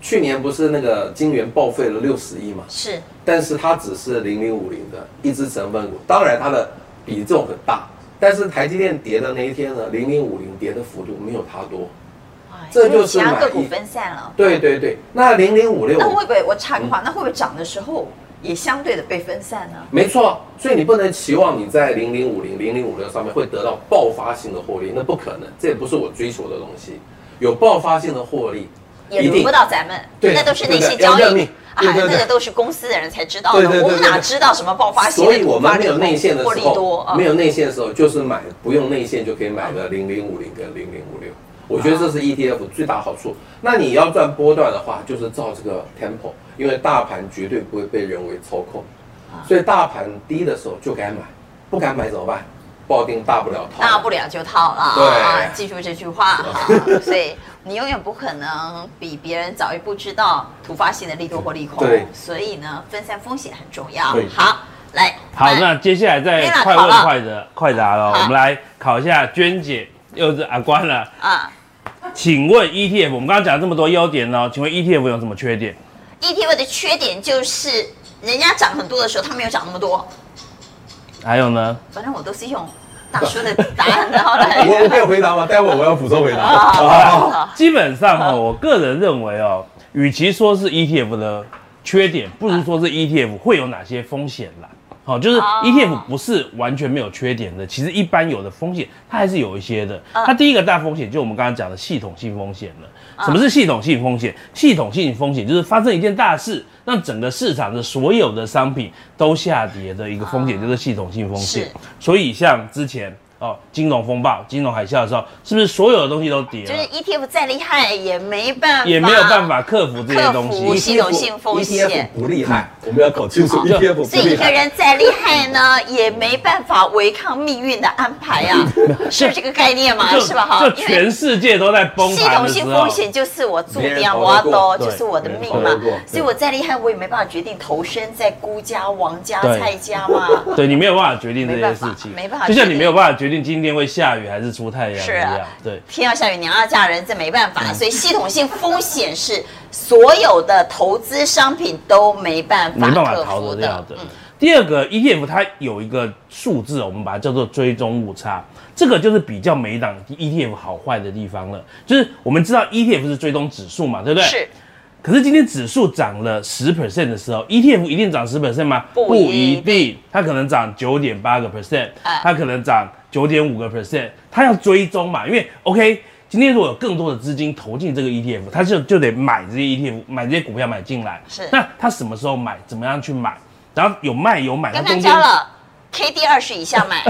[SPEAKER 2] 去年不是那个金元报废了六十亿嘛，
[SPEAKER 1] 是
[SPEAKER 2] 但是它只是零零五零的一只成分股，当然它的比重很大，但是台积电跌的那一天呢，零零五零跌的幅度没有它多。
[SPEAKER 1] 哎
[SPEAKER 2] 这
[SPEAKER 1] 因为
[SPEAKER 2] 就是
[SPEAKER 1] 其他
[SPEAKER 2] 买
[SPEAKER 1] 个股
[SPEAKER 2] 一
[SPEAKER 1] 分散了。
[SPEAKER 2] 对对对，嗯那零零五六
[SPEAKER 1] 那会不会我插个话？那会不会涨的时候也相对的被分散呢？
[SPEAKER 2] 没错，所以你不能期望你在零零五零、零零五六上面会得到爆发性的获利，那不可能，这也不是我追求的东西。有爆发性的获利，
[SPEAKER 1] 也
[SPEAKER 2] 一
[SPEAKER 1] 轮
[SPEAKER 2] 定
[SPEAKER 1] 不到咱们，
[SPEAKER 2] 对
[SPEAKER 1] 那都是那些
[SPEAKER 2] 对对要
[SPEAKER 1] 交
[SPEAKER 2] 认
[SPEAKER 1] 易
[SPEAKER 2] 命
[SPEAKER 1] 啊，
[SPEAKER 2] 对对对
[SPEAKER 1] 那个都是公司的人才知道的，
[SPEAKER 2] 对对对
[SPEAKER 1] 我们
[SPEAKER 2] 对
[SPEAKER 1] 哪
[SPEAKER 2] 对
[SPEAKER 1] 知道什么爆发性的
[SPEAKER 2] 所以我
[SPEAKER 1] 突发
[SPEAKER 2] 们没
[SPEAKER 1] 力
[SPEAKER 2] 有内线的
[SPEAKER 1] 获
[SPEAKER 2] 时
[SPEAKER 1] 利多
[SPEAKER 2] 候，
[SPEAKER 1] 啊？
[SPEAKER 2] 没有内线的时候就是买不用内线就可以买个零零五零跟零零五六，我觉得
[SPEAKER 1] 啊
[SPEAKER 2] 这是 ETF 最大好处。那你要赚波段的话，就是照这个 tempo，因为大盘绝对不会被人为操控，
[SPEAKER 1] 啊
[SPEAKER 2] 所以大盘低的时候就该买，不敢买怎么办？抱定大不了套。
[SPEAKER 1] 大不了就套了
[SPEAKER 2] 对
[SPEAKER 1] 啊！记住这句话
[SPEAKER 2] (laughs)
[SPEAKER 1] 啊！所以你永远不可能比别人早一步知道突发性的利多或利空
[SPEAKER 2] 对，
[SPEAKER 1] 所以呢，分散风险很重要
[SPEAKER 2] 对。
[SPEAKER 1] 好，来，
[SPEAKER 3] 好，
[SPEAKER 1] 来
[SPEAKER 3] 那接下来再
[SPEAKER 1] 哎没啦
[SPEAKER 3] 快
[SPEAKER 1] 考
[SPEAKER 3] 问
[SPEAKER 1] 了
[SPEAKER 3] 快的快答喽，
[SPEAKER 1] 好
[SPEAKER 3] 我们来考一下娟姐，又是阿关了。
[SPEAKER 1] 啊
[SPEAKER 3] 请问 ETF，我们刚刚讲了这么多优点哦，请问 ETF 有什么缺点？
[SPEAKER 1] ，ETF ，E 的缺点就是人家涨很多的时候，它没有涨那么多。
[SPEAKER 3] 还有呢？
[SPEAKER 1] 反正我都是用大叔的答案，然后来
[SPEAKER 2] (laughs) 我我可以回答吗？待会儿我要补充回
[SPEAKER 1] 啊
[SPEAKER 2] 答。
[SPEAKER 1] (laughs)
[SPEAKER 3] 基本上哦，我个人认为哦，与其说是 ETF 的缺点，不如说是 ETF 会有哪些风险啦。好、就是 ETF 不是完全没有缺点的，其实一般有的风险它还是有一些的。它第一个大风险就是我们刚刚讲的系统性风险了。什么是系统性风险？系统性风险就是发生一件大事，让整个市场的所有的商品都下跌的一个风险，就是系统性风险
[SPEAKER 1] 是。
[SPEAKER 3] 所以像之前哦金融风暴、金融海啸的时候，是不是所有的东西都跌了？
[SPEAKER 1] 就是 ETF 再厉害也没办法，
[SPEAKER 3] 也没有办。法克服这些东
[SPEAKER 1] 克服
[SPEAKER 3] 西。
[SPEAKER 1] 系统性风险
[SPEAKER 2] ETF E 不厉害，我们要搞清楚 ETF 不
[SPEAKER 1] 所以
[SPEAKER 2] 厉
[SPEAKER 1] 一个
[SPEAKER 2] 害。
[SPEAKER 1] 人再厉害呢， (laughs) 也没办法违抗命运的安排
[SPEAKER 3] (laughs)
[SPEAKER 1] 啊，是不是这个概念嘛？
[SPEAKER 3] 就是
[SPEAKER 1] 吧？哈，
[SPEAKER 3] 就
[SPEAKER 1] 因为
[SPEAKER 3] 全世界都在崩
[SPEAKER 1] 系
[SPEAKER 3] 盘
[SPEAKER 1] 统
[SPEAKER 3] 的时
[SPEAKER 1] 性
[SPEAKER 3] 候
[SPEAKER 1] 风，险就是我注
[SPEAKER 2] 没人
[SPEAKER 1] 定啊
[SPEAKER 2] 逃得
[SPEAKER 1] 我要
[SPEAKER 2] 过
[SPEAKER 1] 抖，
[SPEAKER 3] 对
[SPEAKER 1] 就是我的命
[SPEAKER 2] 没
[SPEAKER 1] 嘛
[SPEAKER 2] 人逃得过。
[SPEAKER 1] 所以我再厉害，我也没办法决定投身在孤家、王家、
[SPEAKER 3] 对
[SPEAKER 1] 蔡家嘛。
[SPEAKER 3] 对你没有办法决定这些事情，
[SPEAKER 1] 没办法没办法
[SPEAKER 3] 就像你没有办法决定今天会下雨还是出太阳
[SPEAKER 1] 是
[SPEAKER 3] 一
[SPEAKER 1] 啊
[SPEAKER 3] 样。对，
[SPEAKER 1] 天要下雨，娘要嫁人，这没办
[SPEAKER 3] 嗯
[SPEAKER 1] 法。所以系统性风险是所有的投资商品都没办法
[SPEAKER 3] 没办法
[SPEAKER 1] 克
[SPEAKER 3] 逃
[SPEAKER 1] 服嗯
[SPEAKER 3] 得掉的。第二个 ETF 它有一个数字，我们把它叫做追踪误差，这个就是比较每一档 ETF 好坏的地方了。就是我们知道 ETF 是追踪指数嘛，对不对？
[SPEAKER 1] 是
[SPEAKER 3] 可是今天指数涨了十 percent 的时候，ETF 一定涨十 percent 吗？
[SPEAKER 1] 不一定
[SPEAKER 3] 定，它可能涨九点八个 percent，
[SPEAKER 1] 哎
[SPEAKER 3] 它可能涨九点五个 percent，它要追踪嘛，因为 OK。今天如果有更多的资金投进这个 ETF，它就就得买这些 ETF，买这些股票买进来。
[SPEAKER 1] 是
[SPEAKER 3] 那它什么时候买？怎么样去买？然后有卖有买，它
[SPEAKER 1] 刚刚
[SPEAKER 3] 中
[SPEAKER 1] 教
[SPEAKER 3] 间
[SPEAKER 1] 了 K D 二十以下买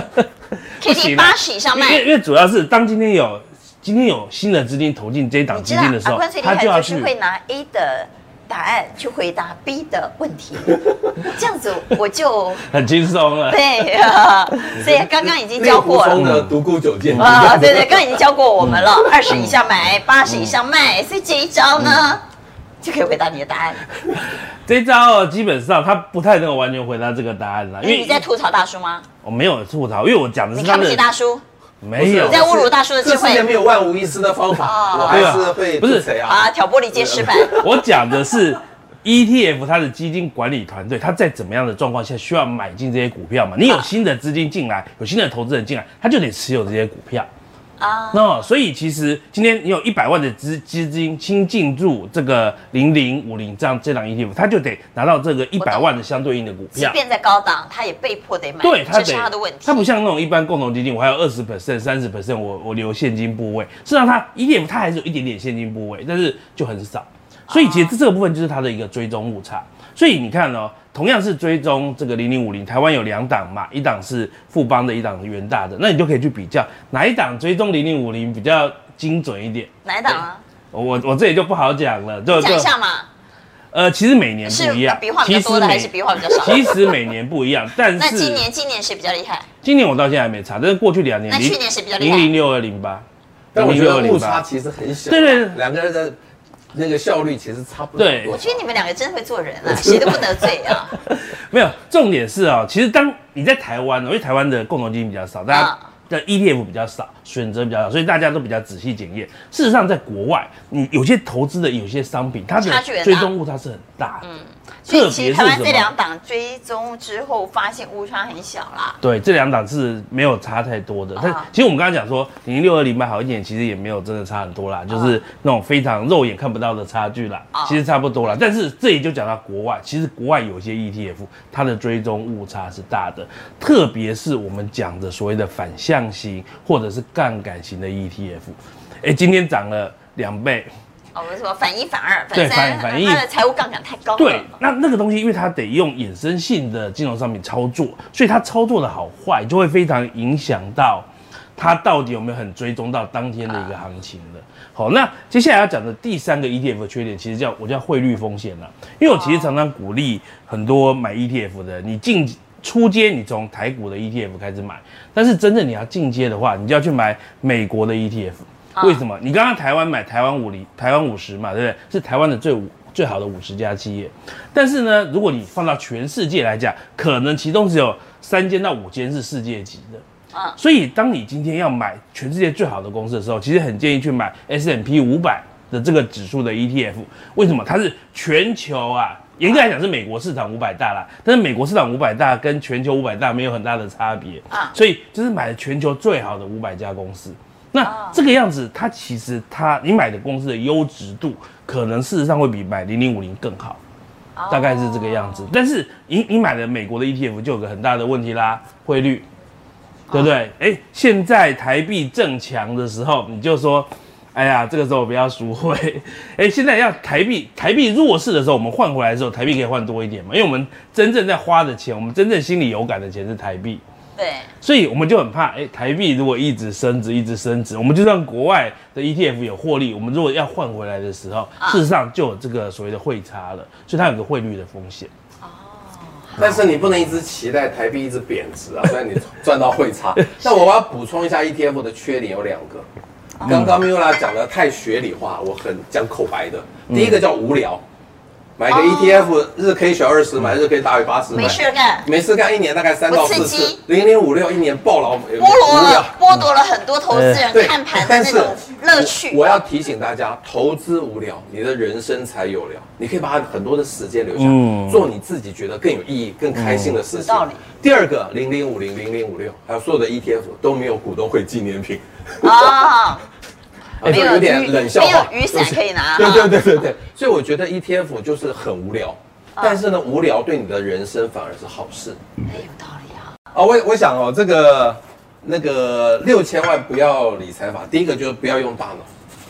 [SPEAKER 1] ，K D
[SPEAKER 3] (laughs) 不行啊
[SPEAKER 1] 八十以上
[SPEAKER 3] 因为
[SPEAKER 1] 卖。
[SPEAKER 3] 因为主要是当今天有今天有新的资金投进这一档
[SPEAKER 1] 你知
[SPEAKER 3] 基
[SPEAKER 1] 道
[SPEAKER 3] 金啊的时
[SPEAKER 1] 阿
[SPEAKER 3] 候
[SPEAKER 1] 关最，厉
[SPEAKER 3] 它
[SPEAKER 1] 害
[SPEAKER 3] 就要
[SPEAKER 1] 就
[SPEAKER 3] 去
[SPEAKER 1] 是会拿 A 的答案去回答 B 的问
[SPEAKER 3] (laughs)
[SPEAKER 1] 题，这样子我就
[SPEAKER 3] 很轻松了。
[SPEAKER 1] 对啊。所以刚刚已经教过
[SPEAKER 2] 内湖
[SPEAKER 1] 了
[SPEAKER 2] 风。的独孤九剑。
[SPEAKER 1] 啊，对对，刚刚已经教过我们了，
[SPEAKER 3] 嗯
[SPEAKER 1] 二十以下买，八十以上卖，所以这一招
[SPEAKER 3] 嗯
[SPEAKER 1] 呢，就可以回答你的答案。
[SPEAKER 3] 这一招哦基本上他不太能够完全回答这个答案啦，因
[SPEAKER 1] 哎你
[SPEAKER 3] 为
[SPEAKER 1] 你在吐槽大叔吗？
[SPEAKER 3] 我没有吐槽，因为我讲的
[SPEAKER 1] 你
[SPEAKER 3] 是
[SPEAKER 1] 看
[SPEAKER 3] 他
[SPEAKER 1] 不
[SPEAKER 3] 的
[SPEAKER 1] 起大叔
[SPEAKER 3] 没有
[SPEAKER 1] 你在侮辱大叔的智哦
[SPEAKER 2] 这世界
[SPEAKER 1] 慧
[SPEAKER 2] 没有万无一失的方法，我还是会
[SPEAKER 3] 不是
[SPEAKER 2] 是谁啊？
[SPEAKER 1] 啊！挑拨离间失败，
[SPEAKER 3] (laughs) 我讲的是 ETF 它的基金管理团队，它在怎么样的状况下需要买进这些股票嘛？
[SPEAKER 1] 啊
[SPEAKER 3] 你有新的资金进来，有新的投资人进来，他就得持有这些股票啊。那所以其实今天你有一百万的资基金新进入这个零零五零这样这档 E ETF，他就得拿到这个一百万的相对应的股
[SPEAKER 1] 即
[SPEAKER 3] 票。
[SPEAKER 1] 便在高档，他也被迫得买，
[SPEAKER 3] 对，他
[SPEAKER 1] 这
[SPEAKER 3] 得
[SPEAKER 1] 是他的问题。
[SPEAKER 3] 他不像那种一般共同基金，我还有二十 percent、三十 percent，我我留现金部位。事实上，，E 它 ETF 它还是有一点点现金部位，但是就很少。所以其
[SPEAKER 1] 哦
[SPEAKER 3] 实这个部分就是它的一个追踪误差。所以你看哦，同样是追踪这个零零五零，台湾有两档嘛，一档是富邦的，一档是元大的，那你就可以去比较哪一档追踪零零五零比较精准一点。
[SPEAKER 1] 哪一档啊？
[SPEAKER 3] 我我我这里就不好讲了，就
[SPEAKER 1] 讲
[SPEAKER 3] 就
[SPEAKER 1] 一下嘛，
[SPEAKER 3] 呃，其实每年
[SPEAKER 1] 是
[SPEAKER 3] 不一样，
[SPEAKER 1] 笔画比较
[SPEAKER 3] 其实
[SPEAKER 1] 多的
[SPEAKER 3] 每
[SPEAKER 1] 还是笔画比较少？
[SPEAKER 3] 其实每年不一样，但
[SPEAKER 1] (laughs)
[SPEAKER 3] 是
[SPEAKER 1] 那今年今年谁比较厉害？
[SPEAKER 3] 今年我到现在还没查，但是过去两年，
[SPEAKER 1] 那去年谁比较厉
[SPEAKER 3] 零
[SPEAKER 1] 害
[SPEAKER 3] 零六二零八，
[SPEAKER 2] 但我觉得误差
[SPEAKER 3] 八，
[SPEAKER 2] 其实很小，啊
[SPEAKER 3] 对对对
[SPEAKER 2] 两个人的那个效率其实差不多。
[SPEAKER 3] 对
[SPEAKER 1] 我觉得你们两个真会做人啊，谁都不得罪啊。
[SPEAKER 3] (laughs) 哦没有。重点是啊、其实当你在台湾哦，因为台湾的共同基金比较少，大家
[SPEAKER 1] 啊
[SPEAKER 3] 的 ETF 比较少，选择比较少，所以大家都比较仔细检验。事实上，在国外，你有些投资的有些商品，它的
[SPEAKER 1] 差距很大嗯
[SPEAKER 3] 追踪误差是很大的，
[SPEAKER 1] 所
[SPEAKER 3] 特
[SPEAKER 1] 以其实
[SPEAKER 3] 别是
[SPEAKER 1] 台湾这
[SPEAKER 3] 什么
[SPEAKER 1] 两？档追踪之后，发现误差很小啦。
[SPEAKER 3] 对，这两档是没有差太多的。但
[SPEAKER 1] 啊
[SPEAKER 3] 其实我们刚刚讲说，零六二零卖好一点，其实也没有真的差很多啦，就是那种非常肉眼看不到的差距啦，
[SPEAKER 1] 啊
[SPEAKER 3] 其实差不多啦。但是这里就讲到国外，其实国外有些 ETF 它的追踪误差是大的，特别是我们讲的所谓的反向型或者是杠杆型的 E ETF，哎，今天涨了两倍，
[SPEAKER 1] 哦，我是说反一反二反
[SPEAKER 3] 对
[SPEAKER 1] 三，
[SPEAKER 3] 反反一
[SPEAKER 1] 它的财务杠杆太高了。
[SPEAKER 3] 对，那那个东西，因为它得用衍生性的金融商品操作，所以它操作的好坏就会非常影响到它到底有没有很追踪到当天的一个行情的。好，那接下来要讲的第三个 ETF 的缺点，其实叫我叫汇率风险啦。因为我其实常常鼓励很多买 ETF 的人，你进初阶你从台股的 ETF 开始买，但是真正你要进阶的话，你就要去买美国的 ETF。为什么？你刚刚台湾买台湾五零、台湾五十嘛，对不对？是台湾的最五最好的五十家企业。但是呢，如果你放到全世界来讲，可能其中只有三间到五间是世界级的。
[SPEAKER 1] 啊
[SPEAKER 3] 所以当你今天要买全世界最好的公司的时候，其实很建议去买 S M P 五百的这个指数的 ETF。为什么？它是全球啊，严格来讲是美国市场五百大啦，但是美国市场五百大跟全球五百大没有很大的差别
[SPEAKER 1] 啊
[SPEAKER 3] 所以就是买了全球最好的五百家公司。那这个样子，它其实它你买的公司的优质度，可能事实上会比买零零五零更好。
[SPEAKER 1] 哦
[SPEAKER 3] 大概是这个样子。但是你你买了美国的 ETF 就有个很大的问题啦，汇率，对不对？哎、现在台币正强的时候，你就说，哎呀，这个时候不要赎汇。 (laughs) 哎、现在要台币台币弱势的时候，我们换回来的时候，台币可以换多一点嘛？因为我们真正在花的钱，我们真正心里有感的钱是台币。
[SPEAKER 1] 对，
[SPEAKER 3] 所以我们就很怕，哎、台币如果一直升值，一直升值，我们就算国外的 E ETF 有获利，我们如果要换回来的时候，
[SPEAKER 2] 啊
[SPEAKER 3] 事实上就有这个所谓的汇差了，所以它有个汇率的风险。
[SPEAKER 2] 但是你不能一直期待台币一直贬值
[SPEAKER 3] (laughs)
[SPEAKER 2] 啊，所以你赚到汇差。那我要补充一下 ETF 的缺点有两个，
[SPEAKER 3] 嗯
[SPEAKER 2] 刚刚 Mula 讲的太学理化，我很讲口白的。
[SPEAKER 3] 嗯
[SPEAKER 2] 第一个叫无聊，买个 ETF 日 K 小二
[SPEAKER 3] 嗯
[SPEAKER 2] 十买，日 K 大于八十
[SPEAKER 1] 哦
[SPEAKER 2] 买
[SPEAKER 1] 没，事干，
[SPEAKER 2] 没事干一年大概三到
[SPEAKER 1] 不刺
[SPEAKER 2] 四
[SPEAKER 1] 激
[SPEAKER 2] 次，零零五六一年暴牢，无
[SPEAKER 1] 剥夺
[SPEAKER 2] 聊嗯
[SPEAKER 1] 了剥夺了很多投资人
[SPEAKER 2] 对，
[SPEAKER 1] 看盘的
[SPEAKER 2] 但
[SPEAKER 1] 那
[SPEAKER 2] 是
[SPEAKER 1] 种乐趣。
[SPEAKER 2] 我我要提醒大家，投资无聊，你的人生才有聊。你可以把很多的时间留下，
[SPEAKER 3] 嗯
[SPEAKER 2] 做你自己觉得更有意义、更开心的
[SPEAKER 1] 嗯
[SPEAKER 2] 事
[SPEAKER 1] 有
[SPEAKER 2] 情。
[SPEAKER 1] 道理
[SPEAKER 2] 第二个，零零五零、零零五六，还有所有的 ETF 都没有股东会纪念品，
[SPEAKER 1] 啊，
[SPEAKER 2] 啊
[SPEAKER 1] 没
[SPEAKER 2] 就
[SPEAKER 1] 有
[SPEAKER 2] 有点
[SPEAKER 1] 雨
[SPEAKER 2] 冷笑话。
[SPEAKER 1] 没有雨伞可以拿啊
[SPEAKER 2] 对
[SPEAKER 1] 哈
[SPEAKER 2] 对对对对，所以我觉得 ETF 就是很无聊，
[SPEAKER 1] 嗯
[SPEAKER 2] 但是呢，无聊对你的人生反而是好事。
[SPEAKER 1] 哎有道理啊。
[SPEAKER 2] 啊，我我想哦，这个那个六千万不要理财法，第一个就是不要用大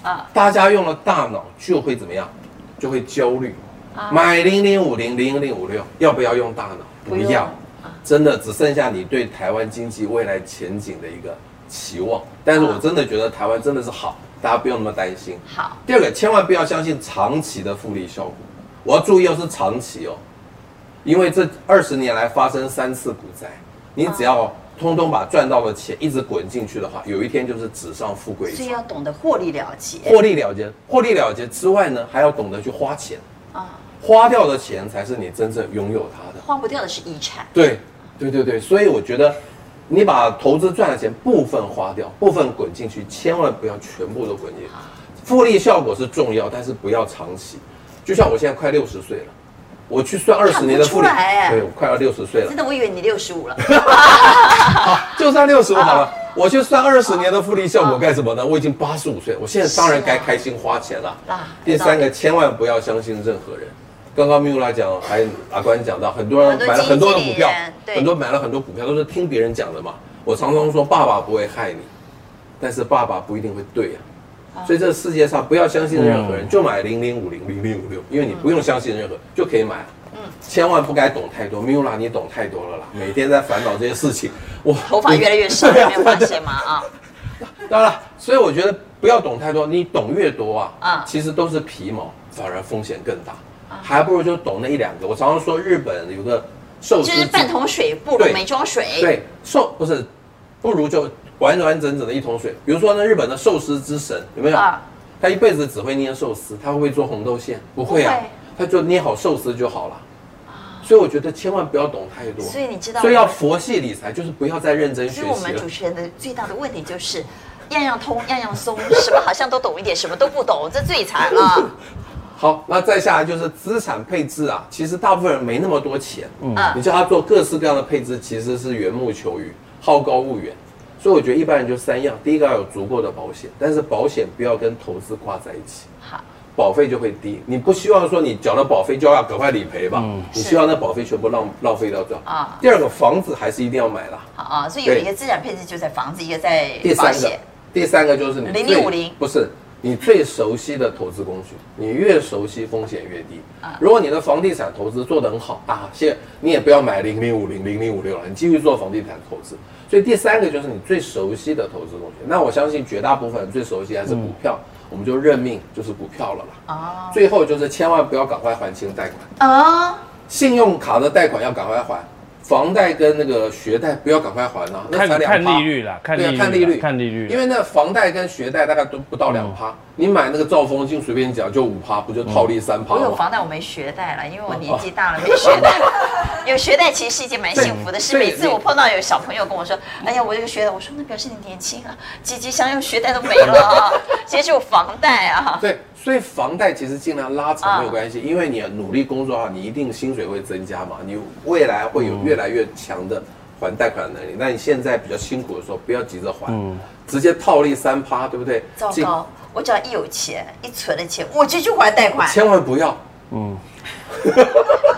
[SPEAKER 2] 脑
[SPEAKER 1] 啊
[SPEAKER 2] 大家用了大脑就会怎么样？就会焦虑。买零零五零零零五六，要不要用大脑？不
[SPEAKER 1] 用
[SPEAKER 2] 要，真的只剩下你对台湾经济未来前景的一个期望。但是我真的觉得台湾真的是好，大家不用那么担心。
[SPEAKER 1] 好，
[SPEAKER 2] 第二个，千万不要相信长期的复利效果，我要注意哦，是长期哦，因为这二十年来发生三次股灾，你只要通通把赚到的钱一直滚进去的话，有一天就是纸上富贵
[SPEAKER 1] 所以
[SPEAKER 2] 一
[SPEAKER 1] 要
[SPEAKER 2] 场。
[SPEAKER 1] 懂得获利了结
[SPEAKER 2] 获利了结，获利了结之外呢，还要懂得去花钱，
[SPEAKER 1] 啊，
[SPEAKER 2] 花掉的钱才是你真正拥有它的。
[SPEAKER 1] 花不掉的是遗产。
[SPEAKER 2] 对，对对对，所以我觉得，你把投资赚的钱部分花掉，部分滚进去，千万不要全部都滚进去。
[SPEAKER 1] 啊
[SPEAKER 2] 复利效果是重要，但是不要长期。就像我现在快六十岁了，我去算二十年的复利
[SPEAKER 1] 看不出来，哎
[SPEAKER 2] 对我快要六十岁了
[SPEAKER 1] 真，的，我以为你六十五了。
[SPEAKER 2] 就算六十五
[SPEAKER 1] 啊
[SPEAKER 2] 好了。我去算二十年的复利效果干什么呢？我已经八十五岁，我现在当然该开心花钱了。
[SPEAKER 1] 啊
[SPEAKER 2] 第三个，千万不要相信任何人。刚刚米 u 拉讲，还阿关讲到，很多人买了很多的股票
[SPEAKER 1] 很多基金经理人，对
[SPEAKER 2] 很多买了很多股票都是听别人讲的嘛。我常常说，爸爸不会害你，但是爸爸不一定会对啊。所以这个世界上不要相信任何人，就买零零五零零零五六，因为你不用相信任
[SPEAKER 1] 嗯
[SPEAKER 2] 何人就可以买。千万不该懂太多，米 u 拉你懂太多了啦，每天在烦恼这些事情，我
[SPEAKER 1] 头发越来越少，
[SPEAKER 2] 对
[SPEAKER 1] 你
[SPEAKER 2] 啊
[SPEAKER 1] 没有发现吗？啊，
[SPEAKER 2] 当然，所以我觉得不要懂太多，你懂越多啊，
[SPEAKER 1] 啊
[SPEAKER 2] 其实都是皮毛，反而风险更大，还不如就懂那一两个。我常常说，日本有个寿
[SPEAKER 1] 就
[SPEAKER 2] 司
[SPEAKER 1] 是
[SPEAKER 2] 机
[SPEAKER 1] 半桶水不如
[SPEAKER 2] 对
[SPEAKER 1] 没装水。，
[SPEAKER 2] 对寿不是，不如就完完整整的一桶水。比如说呢，日本的寿司之神有没有？
[SPEAKER 1] 啊
[SPEAKER 2] 他一辈子只会捏寿司，他会不会做红豆馅？不会啊，他就捏好寿司就好了。所以我觉得千万不要懂太多。
[SPEAKER 1] 所以你知道
[SPEAKER 2] 所以要佛系理财，就是不要再认真
[SPEAKER 1] 其
[SPEAKER 2] 学
[SPEAKER 1] 实我
[SPEAKER 2] 习
[SPEAKER 1] 们
[SPEAKER 2] 了
[SPEAKER 1] 主。持人的最大的问题就是，样样通，样样松， (laughs) 什么好像都懂一点，什么都不懂，这最惨啊
[SPEAKER 2] (laughs)
[SPEAKER 1] 了。
[SPEAKER 2] 好，那再下来就是资产配置啊，其实大部分人没那么多钱，嗯
[SPEAKER 1] 嗯，
[SPEAKER 2] 你叫他做各式各样的配置，其实是缘木求鱼，好高骛远。所以我觉得一般人就三样，第一个要有足够的保险，但是保险不要跟投资挂在一起，
[SPEAKER 1] 好，
[SPEAKER 2] 保费就会低。你不希望说你缴了保费就要赶快理赔吧？你希望那保费全部浪浪费掉掉
[SPEAKER 1] 啊
[SPEAKER 2] 嗯啊。第二个房子还是一定要买啦。
[SPEAKER 1] 好啊，所以有
[SPEAKER 2] 对
[SPEAKER 1] 一个资产配置就在房子，一个在
[SPEAKER 2] 第
[SPEAKER 1] 保
[SPEAKER 2] 三个
[SPEAKER 1] 险。，
[SPEAKER 2] 第三个就是你最
[SPEAKER 1] 0050
[SPEAKER 2] 不是你最熟悉的投资工具，你越熟悉风险越低。如果你的房地产投资做得很好啊，现在你也不要买零零五零零零五六了，你继续做房地产投资。所以第三个就是你最熟悉的投资工具。那我相信绝大部分人最熟悉还是股票，我们就认命就是股票了啦。
[SPEAKER 1] 哦
[SPEAKER 2] 最后就是千万不要赶快还清贷款，
[SPEAKER 1] 啊，
[SPEAKER 2] 信用卡的贷款要赶快还，房贷跟那个学贷不要赶快还啊，那
[SPEAKER 3] 看
[SPEAKER 2] 才两
[SPEAKER 3] 看
[SPEAKER 2] 趴
[SPEAKER 3] 利率啦，看利
[SPEAKER 2] 对啊
[SPEAKER 3] 率啦，
[SPEAKER 2] 看利率，
[SPEAKER 3] 看利率嗯啦，
[SPEAKER 2] 因为那房贷跟学贷大概都不到两趴，你买那个兆丰金随便讲就五趴，不就套利三趴
[SPEAKER 1] 我有
[SPEAKER 2] 吗？
[SPEAKER 1] 房贷，我没学贷了，因为我年
[SPEAKER 2] 哦
[SPEAKER 1] 纪大了没学贷。 (laughs) 有学贷其实是一件蛮幸福的事。
[SPEAKER 2] 对
[SPEAKER 1] 每次我碰到有小朋友跟我说：“哎呀，我这个学贷。”我说：“那表示你年轻啊，积极向用学贷都没了啊，其实只有房贷啊。
[SPEAKER 2] 对，所以房贷其实尽量拉长没有关系，因为你努力工作的话，你一定薪水会增加嘛，你未来会有越来越强的还贷款的能力。那你现在比较辛苦的时候，不要急着还，
[SPEAKER 3] 嗯
[SPEAKER 2] 直接套利三趴，对不对”？
[SPEAKER 1] 糟
[SPEAKER 2] 尽
[SPEAKER 1] 糕，我只要一有钱，一存了钱，我就去还贷款。
[SPEAKER 2] 千万不要。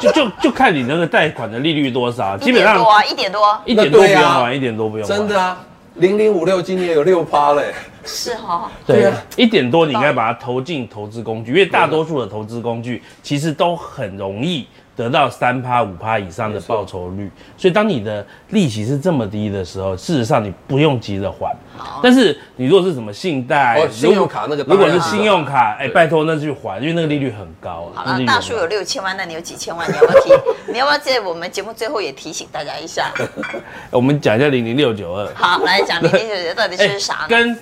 [SPEAKER 3] 就就就看你那个贷款的利率多少，
[SPEAKER 1] 一
[SPEAKER 3] 基本
[SPEAKER 1] 点
[SPEAKER 3] 上
[SPEAKER 1] 多啊，一点多，
[SPEAKER 3] 一点都不
[SPEAKER 2] 那对
[SPEAKER 3] 用
[SPEAKER 2] 啊
[SPEAKER 3] 还，一点都不用还，
[SPEAKER 2] 真的啊，零零五六今年有六趴嘞，
[SPEAKER 1] 是哈、
[SPEAKER 2] 对
[SPEAKER 3] 对
[SPEAKER 2] 啊，
[SPEAKER 3] 一点多你应该把它投进投资工具，因为大多数的投资工具其实都很容易得到三趴五趴以上的报酬率，所以当你的利息是这么低的时候，事实上你不用急着还。但是你如果是什么信贷、
[SPEAKER 2] 哦
[SPEAKER 3] 如果
[SPEAKER 2] 信用卡那个当然
[SPEAKER 3] 如果是
[SPEAKER 2] 是啊
[SPEAKER 3] 信用卡，哎、
[SPEAKER 2] 对
[SPEAKER 3] 拜托那去还，因为那个利率很高。
[SPEAKER 1] 好
[SPEAKER 3] 那
[SPEAKER 1] 了
[SPEAKER 3] 利，率很
[SPEAKER 1] 大
[SPEAKER 3] 高
[SPEAKER 1] 叔有六千万，那你有几千万？你要不要提？你要不要在我们节目最后也提醒大家一
[SPEAKER 3] (laughs)
[SPEAKER 1] 下？
[SPEAKER 3] 哎我们讲一下零零六九二，
[SPEAKER 1] 好，来讲零零九九到底是啥呢？
[SPEAKER 3] 哎跟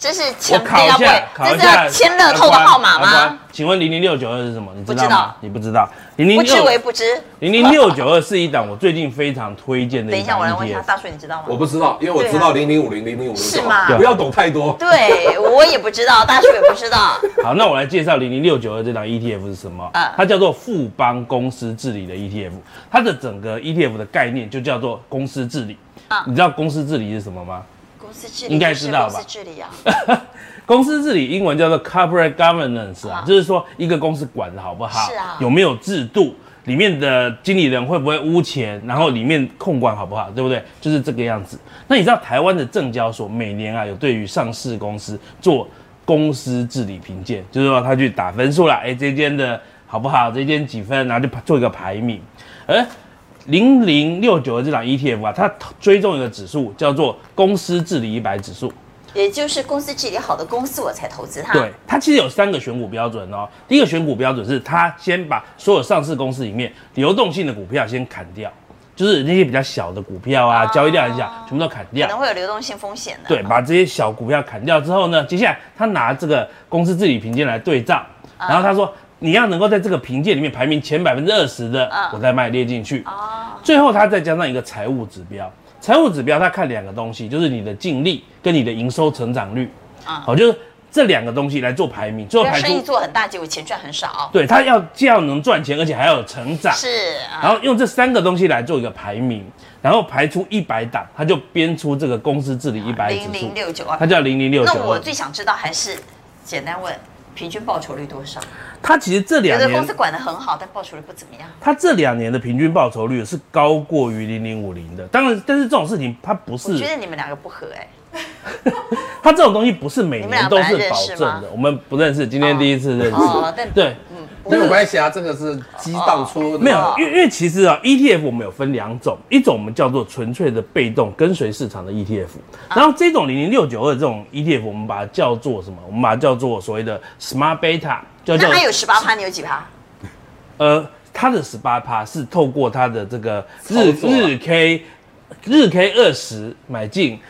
[SPEAKER 1] 这是
[SPEAKER 3] 我
[SPEAKER 1] 签
[SPEAKER 3] 考一
[SPEAKER 1] 这
[SPEAKER 3] 下，考
[SPEAKER 1] 要
[SPEAKER 3] 一
[SPEAKER 1] 这是要
[SPEAKER 3] 下
[SPEAKER 1] 签乐透的
[SPEAKER 3] 阿宽
[SPEAKER 1] 号码
[SPEAKER 3] 阿宽
[SPEAKER 1] 吗？
[SPEAKER 3] 请问零零六九二是什么？你知
[SPEAKER 1] 不
[SPEAKER 3] 道
[SPEAKER 1] 知
[SPEAKER 3] 吗
[SPEAKER 1] 道？
[SPEAKER 3] 你不知道？零零
[SPEAKER 1] 不知
[SPEAKER 3] 六
[SPEAKER 1] 为不知。
[SPEAKER 3] 零零六九二是一档我最近非常推荐的
[SPEAKER 1] 等一下，
[SPEAKER 3] 档 E
[SPEAKER 1] 我来问一下
[SPEAKER 3] ETF。
[SPEAKER 1] 大叔，你知道
[SPEAKER 2] 我
[SPEAKER 1] 吗？
[SPEAKER 2] 不知道，因为我知道零零五零零零五六，
[SPEAKER 1] 啊是吗
[SPEAKER 3] 啊
[SPEAKER 2] 不要懂太多。
[SPEAKER 1] 对，我也不知道，大叔也不知
[SPEAKER 3] (laughs)
[SPEAKER 1] 道。
[SPEAKER 3] 好，那我来介绍零零六九二这档 ETF 是什么
[SPEAKER 1] 啊？
[SPEAKER 3] 它叫做富邦公司治理的 ETF，它的整个 ETF 的概念就叫做公司治理
[SPEAKER 1] 啊。
[SPEAKER 3] 你知道公司治理是什么吗？
[SPEAKER 1] 公司治理
[SPEAKER 3] 应该知道吧
[SPEAKER 1] 公司治理啊，
[SPEAKER 3] 公司治理英文叫做 corporate governance 啊
[SPEAKER 1] 啊，
[SPEAKER 3] 就是说一个公司管的好不好，
[SPEAKER 1] 是啊
[SPEAKER 3] 有没有制度，里面的经理人会不会污钱，然后里面控管好不好，对不对？就是这个样子。那你知道台湾的证交所每年啊有对于上市公司做公司治理评鉴，就是说他去打分数啦，哎，这间的好不好，这间几分，然后就做一个排名，而零零六九的这档 ETF 啊，它追踪一个指数叫做公司治理一百指数。
[SPEAKER 1] 也就是公司治理好的公司，我才投资它。
[SPEAKER 3] 对，，它其实有三个选股标准哦。第一个选股标准是它先把所有上市公司里面流动性的股票先砍掉，就是那些比较小的股票啊，交易量很小，全部都砍
[SPEAKER 1] 可
[SPEAKER 3] 掉
[SPEAKER 1] 能。会有流动性风险的。
[SPEAKER 3] 对，把这些小股票砍掉之后呢，接下来他拿这个公司治理评鉴来对照，
[SPEAKER 1] 嗯
[SPEAKER 3] 然后他说你要能够在这个评鉴里面排名前百分之二十的，
[SPEAKER 1] 嗯
[SPEAKER 3] 我再卖列进去。
[SPEAKER 1] 哦
[SPEAKER 3] 最后他再加上一个财务指标，财务指标他看两个东西，就是你的净利跟你的营收成长率，好，就是这两个东西来做排名，
[SPEAKER 1] (laughs)
[SPEAKER 3] 最
[SPEAKER 1] 不嗯
[SPEAKER 3] 后
[SPEAKER 1] 要
[SPEAKER 3] 排
[SPEAKER 1] 生意
[SPEAKER 3] 出
[SPEAKER 1] 做很大，结果钱赚很少。
[SPEAKER 3] 对他要既要能赚钱，而且还要有成长。
[SPEAKER 1] 是啊，
[SPEAKER 3] 然后用这三个东西来做一个排名，然后排出一百档，他就编出这个公司治理一百指
[SPEAKER 1] 零
[SPEAKER 3] 数
[SPEAKER 1] 零，六九啊
[SPEAKER 3] 它。叫零零六九
[SPEAKER 1] 那我最想知道还是简单问，平均报酬率多少？
[SPEAKER 3] 它其实这
[SPEAKER 1] 有
[SPEAKER 3] 两
[SPEAKER 1] 的公
[SPEAKER 3] 年
[SPEAKER 1] 司，管得很好，但报酬率不怎么样。
[SPEAKER 3] 它这两年的平均报酬率是高过于零零五零的。当然，但是这种事情它不
[SPEAKER 1] 我觉
[SPEAKER 3] 是，
[SPEAKER 1] 得你们两个不合
[SPEAKER 3] (laughs)
[SPEAKER 1] 哎、
[SPEAKER 3] 它这种东西不是每
[SPEAKER 1] 你们
[SPEAKER 3] 年
[SPEAKER 1] 俩
[SPEAKER 3] 都
[SPEAKER 1] 本来
[SPEAKER 3] 是
[SPEAKER 1] 认
[SPEAKER 3] 保
[SPEAKER 1] 识
[SPEAKER 3] 证
[SPEAKER 1] 吗
[SPEAKER 3] 的。我们不认识，今天第一次认
[SPEAKER 1] 啊哦但
[SPEAKER 3] 识。对，
[SPEAKER 2] 没有关系啊，这个是激荡出
[SPEAKER 3] 啊没有
[SPEAKER 1] 哦，
[SPEAKER 3] 因为因为其实啊，ETF 我们有分两种，一种我们叫做纯粹的被动跟随市场的 ETF，然
[SPEAKER 1] 啊
[SPEAKER 3] 后这种零零六九二这种 ETF，我们把它叫做什么？我们把它叫做所谓的 Smart Beta，叫叫
[SPEAKER 1] 那还有十八趴，你有几趴？
[SPEAKER 3] 呃，它的十八趴是透过它的这个日
[SPEAKER 2] 操作啊
[SPEAKER 3] 日 K 日 K 二十买进，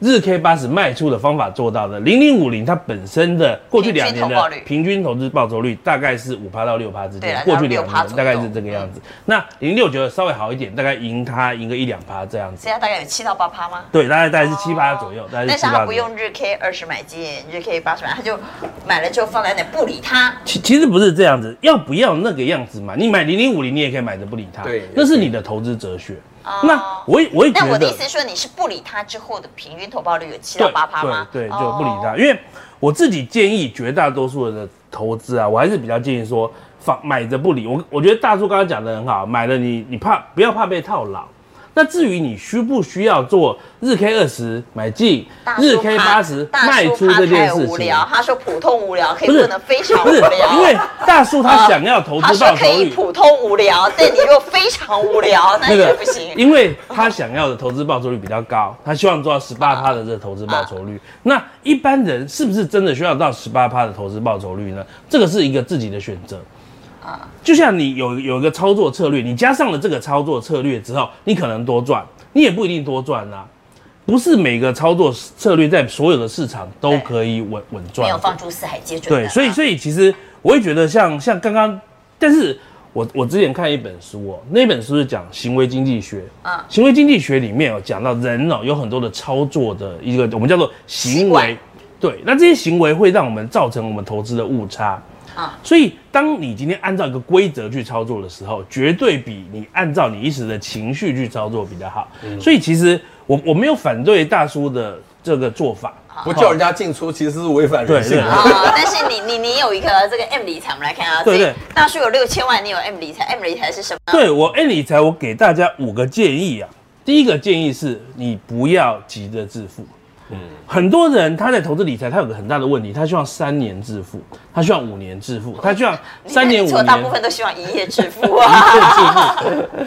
[SPEAKER 3] 日 K 八十卖出的方法做到的。零零五零它本身的过去两年
[SPEAKER 1] 平均投报
[SPEAKER 3] 的
[SPEAKER 1] 率
[SPEAKER 3] 平均投资报酬率大概是五趴到六趴之
[SPEAKER 1] 对
[SPEAKER 3] 间
[SPEAKER 1] 啦，
[SPEAKER 3] 过去两
[SPEAKER 1] 大概6%左右
[SPEAKER 3] 年大概是这个样子。那零六九稍微好一点，大概赢它赢个一两趴这样子。
[SPEAKER 1] 现在大概有七到八趴吗？
[SPEAKER 3] 对，大概大概是七八左右，大概
[SPEAKER 1] 嗯但
[SPEAKER 3] 是
[SPEAKER 1] 是
[SPEAKER 3] 七
[SPEAKER 1] 他
[SPEAKER 3] 八
[SPEAKER 1] 不
[SPEAKER 3] 左右。
[SPEAKER 1] 用日 K 二十买进，日 K 八十买，他就买了之后放在那不理他。
[SPEAKER 3] 其其实不是这样子，要不要那个样子嘛？你买零零五零，你也可以买的不理它，
[SPEAKER 2] 对
[SPEAKER 3] 那是你的投资哲学。
[SPEAKER 1] 哦
[SPEAKER 3] 那我也我也觉
[SPEAKER 1] 但
[SPEAKER 3] 得，
[SPEAKER 1] 我的意思是说，你是不理他之后的平均投报率有七到八趴吗？
[SPEAKER 3] 对对，就不理
[SPEAKER 1] 哦。
[SPEAKER 3] 他，因为我自己建议绝大多数人的投资啊，我还是比较建议说放买着不理。我我觉得大叔刚刚讲的很好，买了你你怕不要怕被套牢。那至于你需不需要做日 K 二十买进
[SPEAKER 1] 大，叔
[SPEAKER 3] 日 K 八十
[SPEAKER 1] 他
[SPEAKER 3] 卖出这
[SPEAKER 1] 大叔他
[SPEAKER 3] 件事
[SPEAKER 1] 太无
[SPEAKER 3] 情，
[SPEAKER 1] 聊，他说普通无聊可以
[SPEAKER 3] 不是
[SPEAKER 1] 问的非常
[SPEAKER 3] 不
[SPEAKER 1] 无
[SPEAKER 3] 是
[SPEAKER 1] 聊，
[SPEAKER 3] 因为大叔他想要投
[SPEAKER 1] 他
[SPEAKER 3] 资
[SPEAKER 1] 说
[SPEAKER 3] 报酬
[SPEAKER 1] 可以
[SPEAKER 3] 率，
[SPEAKER 1] 普通无聊，但你又非常无聊，那
[SPEAKER 3] 那
[SPEAKER 1] 也
[SPEAKER 3] 个
[SPEAKER 1] 不行。
[SPEAKER 3] 因为他想要的投资报酬率比较高，他希望做到十八趴的这个投资报酬
[SPEAKER 1] 嗯
[SPEAKER 3] 率。那一般人是不是真的需要到十八趴的投资报酬率呢？这个是一个自己的选择。就像你有有一个操作策略，你加上了这个操作策略之后，你可能多赚，你也不一定多赚啦、不是每个操作策略在所有的市场都可以稳稳赚
[SPEAKER 1] 没
[SPEAKER 3] 的。
[SPEAKER 1] 有放诸四海皆准的
[SPEAKER 3] 对，
[SPEAKER 1] 啦。
[SPEAKER 3] 所以所以其实我会觉得像像刚刚，但是我我之前看一本书哦，那本书是讲行为经济学
[SPEAKER 1] 啊
[SPEAKER 3] 啊，行为经济学里面有讲到人哦有很多的操作的一个我们叫做
[SPEAKER 1] 习
[SPEAKER 3] 行
[SPEAKER 1] 惯
[SPEAKER 3] 为，对，那这些行为会让我们造成我们投资的误差。
[SPEAKER 1] 啊
[SPEAKER 3] 所以，当你今天按照一个规则去操作的时候，绝对比你按照你一时的情绪去操作比较好。
[SPEAKER 1] 嗯
[SPEAKER 3] 所以，其实我我没有反对大叔的这个做法，
[SPEAKER 2] 不叫人家进出，其实是违反人性
[SPEAKER 3] 对
[SPEAKER 2] 的
[SPEAKER 3] 对。
[SPEAKER 1] 啊，但是你你你有一个这个 M 理财，我们来看啊，
[SPEAKER 3] 对
[SPEAKER 1] 这
[SPEAKER 3] 对
[SPEAKER 1] 大叔有六千万，你有 M 理财，M 理财是什么呢？
[SPEAKER 3] 对我 A 理财，我给大家五个建议啊。第一个建议是你不要急着致富。嗯，很多人他在投资理财，他有个很大的问题，他希望三年致富，他希望五年致富，他希望三年
[SPEAKER 1] 你
[SPEAKER 3] 五
[SPEAKER 1] 错
[SPEAKER 3] 年。
[SPEAKER 1] 大部分都希望一夜致富
[SPEAKER 3] (laughs)
[SPEAKER 1] 啊，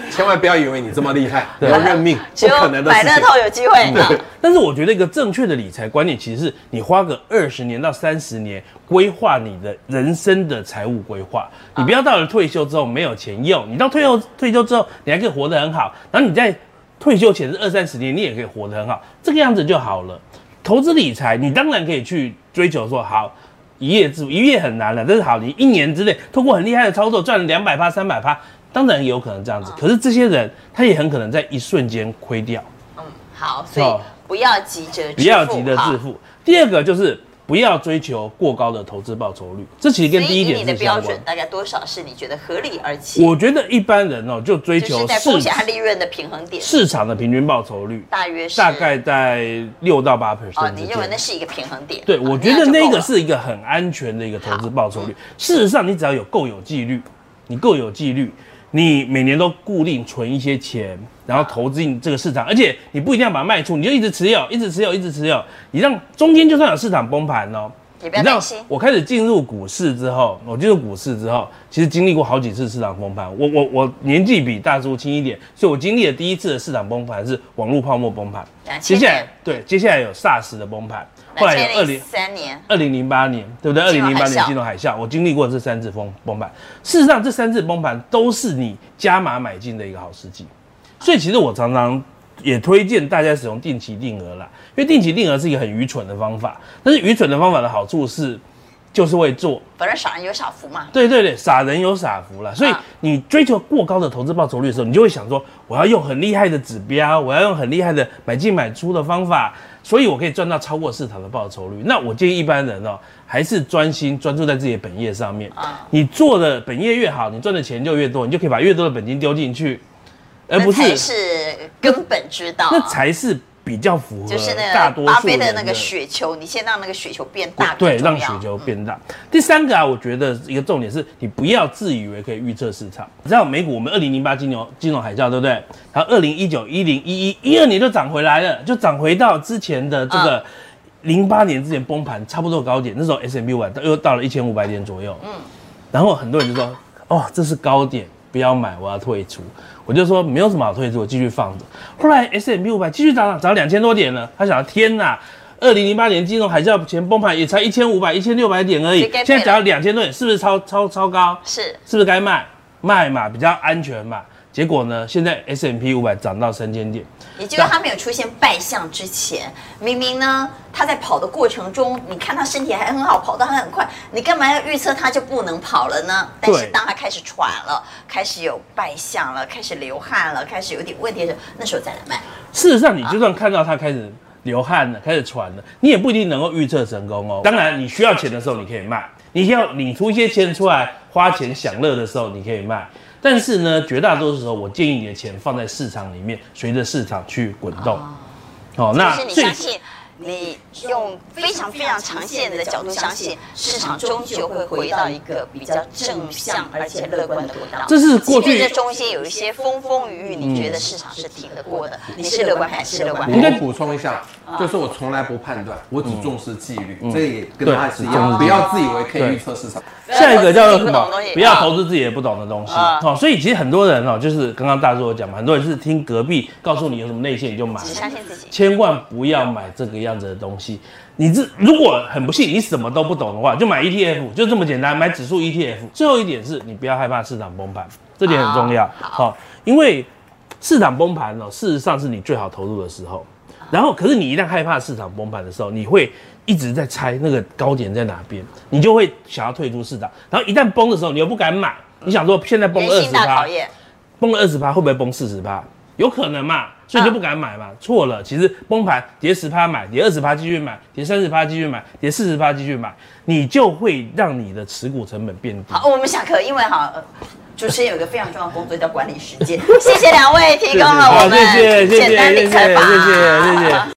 [SPEAKER 2] 千万不要以为你这么厉害，要认命，
[SPEAKER 1] 只
[SPEAKER 2] 不
[SPEAKER 1] 有
[SPEAKER 2] 可
[SPEAKER 1] (laughs)
[SPEAKER 2] 能的
[SPEAKER 1] 买
[SPEAKER 2] 事
[SPEAKER 1] 乐
[SPEAKER 2] 情。
[SPEAKER 1] 透有机
[SPEAKER 3] 嗯
[SPEAKER 1] 会。
[SPEAKER 3] 但是我觉得一个正确的理财观念，其实是你花个二十年到三十年规划你的人生的财务规划。你不要到了退休之后没有钱用，你到退休退休之后你还可以活得很好，然后你在退休前是二三十年，你也可以活得很好，这个样子就好了。投资理财，你当然可以去追求说好。一夜致富，一夜很难了，但是好，你一年之内通过很厉害的操作赚两百趴、三百趴，当然也有可能这样子。可是这些人，他也很可能在一瞬间亏掉。
[SPEAKER 1] 嗯，好，所以不要急着致富，
[SPEAKER 3] 不要急着致
[SPEAKER 1] 好。
[SPEAKER 3] 富。第二个就是不要追求过高的投资报酬率，这其实
[SPEAKER 1] 所
[SPEAKER 3] 跟
[SPEAKER 1] 以
[SPEAKER 3] 第一
[SPEAKER 1] 以你
[SPEAKER 3] 点
[SPEAKER 1] 的
[SPEAKER 3] 是
[SPEAKER 1] 标
[SPEAKER 3] 相关
[SPEAKER 1] 准。大概多少是你觉得合理而且
[SPEAKER 3] 我觉得一般人哦，就追
[SPEAKER 1] 就是
[SPEAKER 3] 求
[SPEAKER 1] 在
[SPEAKER 3] 市
[SPEAKER 1] 风险和利润的平衡点，
[SPEAKER 3] 市场的平均报酬率，
[SPEAKER 1] 大约是
[SPEAKER 3] 大概在六到八 percent
[SPEAKER 1] 哦，你认为那是一个平衡点？
[SPEAKER 3] 对，
[SPEAKER 1] 哦
[SPEAKER 3] 我觉得
[SPEAKER 1] 样就
[SPEAKER 3] 那
[SPEAKER 1] 够
[SPEAKER 3] 个
[SPEAKER 1] 了
[SPEAKER 3] 是一个很安全的一个投资报酬率。事实上，你只要有够有纪律，你够有纪律，你每年都固定存一些钱，然后投资进这个市场，而且你不一定要把它卖出，你就一直持有，一直持有，一直持有，你让中间就算有市场崩盘哦。
[SPEAKER 1] 也不要
[SPEAKER 3] 你知道
[SPEAKER 1] 担心
[SPEAKER 3] 我开始进入股市之后，我进入股市之后，其实经历过好几次市场崩盘。我我我年纪比大叔轻一点，所以我经历了第一次的市场崩盘是网络泡沫崩盘，
[SPEAKER 1] 2000
[SPEAKER 3] 接下来
[SPEAKER 1] 年
[SPEAKER 3] 对，接下来有 SARS 的崩盘，后来有二零
[SPEAKER 1] 三年，
[SPEAKER 3] 二零零八年，对不对？二
[SPEAKER 1] 金
[SPEAKER 3] 零
[SPEAKER 1] 融
[SPEAKER 3] 零
[SPEAKER 1] 海
[SPEAKER 3] 八
[SPEAKER 1] 啸
[SPEAKER 3] 年金融海啸，我经历过这三次崩崩盘。事实上，这三次崩盘都是你加码买进的一个好时机。所以，其实我常常也推荐大家使用定期定额啦，因为定期定额是一个很愚蠢的方法。但是，愚蠢的方法的好处是，就是会做。
[SPEAKER 1] 反正傻人有傻福嘛。
[SPEAKER 3] 对对对，傻人有傻福啦。所以
[SPEAKER 1] 啊
[SPEAKER 3] 你追求过高的投资报酬率的时候，你就会想说，我要用很厉害的指标，啊我要用很厉害的买进买出的方法，所以我可以赚到超过市场的报酬率。那我建议一般人哦，还是专心专注在自己的本业上面。
[SPEAKER 1] 啊
[SPEAKER 3] 你做的本业越好，你赚的钱就越多，你就可以把越多的本金丢进去，而哎不
[SPEAKER 1] 那才
[SPEAKER 3] 是
[SPEAKER 1] 是根本之道。
[SPEAKER 3] 那才是比较符合
[SPEAKER 1] 就是那
[SPEAKER 3] 大
[SPEAKER 1] 个
[SPEAKER 3] 多
[SPEAKER 1] 巴
[SPEAKER 3] 数
[SPEAKER 1] 菲
[SPEAKER 3] 人
[SPEAKER 1] 特
[SPEAKER 3] 的
[SPEAKER 1] 那个雪球，你先让那个雪球变大更
[SPEAKER 3] 对，
[SPEAKER 1] 重
[SPEAKER 3] 让
[SPEAKER 1] 要嗯
[SPEAKER 3] 雪球变大。第三个啊，我觉得一个重点是你不要自以为可以预测市场。你知道美股我们二零零八金融金融海啸对不对？然后二零一九、一零、一一、一二年就涨回来了，就涨回到之前的这
[SPEAKER 1] 嗯
[SPEAKER 3] 个零八年之前崩盘差不多的高点，那时候 S M B 晚又到了一千五百点左右。嗯，然后很多人就说，哦，这是高点。不要买，我要退出。我就说没有什么好退出，我继续放着。后来 S M P 五百继续涨涨涨两千多点了，他想天哪，二零零八年金融海啸前崩盘也才一千五百、一千六百点而已
[SPEAKER 1] 直，接
[SPEAKER 3] 现在涨到两千多点，是不是超超超高？
[SPEAKER 1] 是
[SPEAKER 3] 是不是该卖？卖嘛，比较安全嘛。结果呢，现在 S M P 五百涨到三千点，
[SPEAKER 1] 也就是他没有出现败相之前，明明呢他在跑的过程中，你看他身体还很好，跑得还很快，你干嘛要预测他就不能跑了呢？但是
[SPEAKER 3] 对
[SPEAKER 1] 当他开始喘了，开始有败相了，开始流汗了，开始有点问题的时候，那时候再来卖。
[SPEAKER 3] 事实上，你就算看到它开始流汗了，开始喘了，你也不一定能够预测成功哦。当然，你需要钱的时候你可以卖，你要领出一些钱出来，花钱享乐的时候你可以卖。但是呢，绝大多数时候，我建议你的钱放在市场里面，随着市场去滚动。哦，那
[SPEAKER 1] 就是你
[SPEAKER 3] 最
[SPEAKER 1] 相信，你用非常非常长线的角度相信，市场终究会回到一个比较正向而且乐观的轨道。
[SPEAKER 3] 这是过去
[SPEAKER 1] 即便这中间有一些风风雨雨，你觉得市场是挺得过
[SPEAKER 3] 嗯
[SPEAKER 1] 的，你是乐观还是乐观？
[SPEAKER 2] 应
[SPEAKER 3] 该
[SPEAKER 2] 该补充一下，就是我从来不判断，我只重视纪律，这也跟
[SPEAKER 3] 对
[SPEAKER 2] 他是一样，不要自以为可以预测市场。
[SPEAKER 3] 下一个叫做什
[SPEAKER 1] 不懂
[SPEAKER 3] 么
[SPEAKER 1] 的东西？
[SPEAKER 3] 不要投资自己也不懂的东西。
[SPEAKER 1] 啊
[SPEAKER 3] 哦，所以其实很多人哦，就是刚刚大叔有讲嘛，很多人是听隔壁告诉你有什么内线你就买了，
[SPEAKER 1] 只相信自己
[SPEAKER 3] 千万不要买这个样子的东西。你这如果很不幸你什么都不懂的话，就买 ETF，就这么简单，买指数 ETF。最后一点是你不要害怕市场崩盘，这点很重要。好、因为市场崩盘哦，事实上是你最好投入的时候。然后，可是你一旦害怕市场崩盘的时候，你会一直在猜那个高点在哪边，你就会想要退出市场。然后一旦崩的时候，你又不敢买，你想说现在崩
[SPEAKER 1] 人
[SPEAKER 3] 二
[SPEAKER 1] 性
[SPEAKER 3] 十
[SPEAKER 1] 大
[SPEAKER 3] 趴
[SPEAKER 1] 考，验。
[SPEAKER 3] 崩了二十趴会不会崩四十趴？有可能嘛，所以就不敢买嘛。错了，其实崩盘跌十趴买，跌二十趴继续买，跌三十趴继续买，跌四十趴继续买，你就会让你的持股成本变低。
[SPEAKER 1] 好，哦我们下课，因为哈，呃主持人有个非常重要的工作叫管理时间。谢谢两位提供了我
[SPEAKER 3] 好，
[SPEAKER 1] 们
[SPEAKER 3] 谢谢谢谢谢谢
[SPEAKER 1] 简单
[SPEAKER 3] 谢谢
[SPEAKER 1] 理财法。
[SPEAKER 3] 谢谢。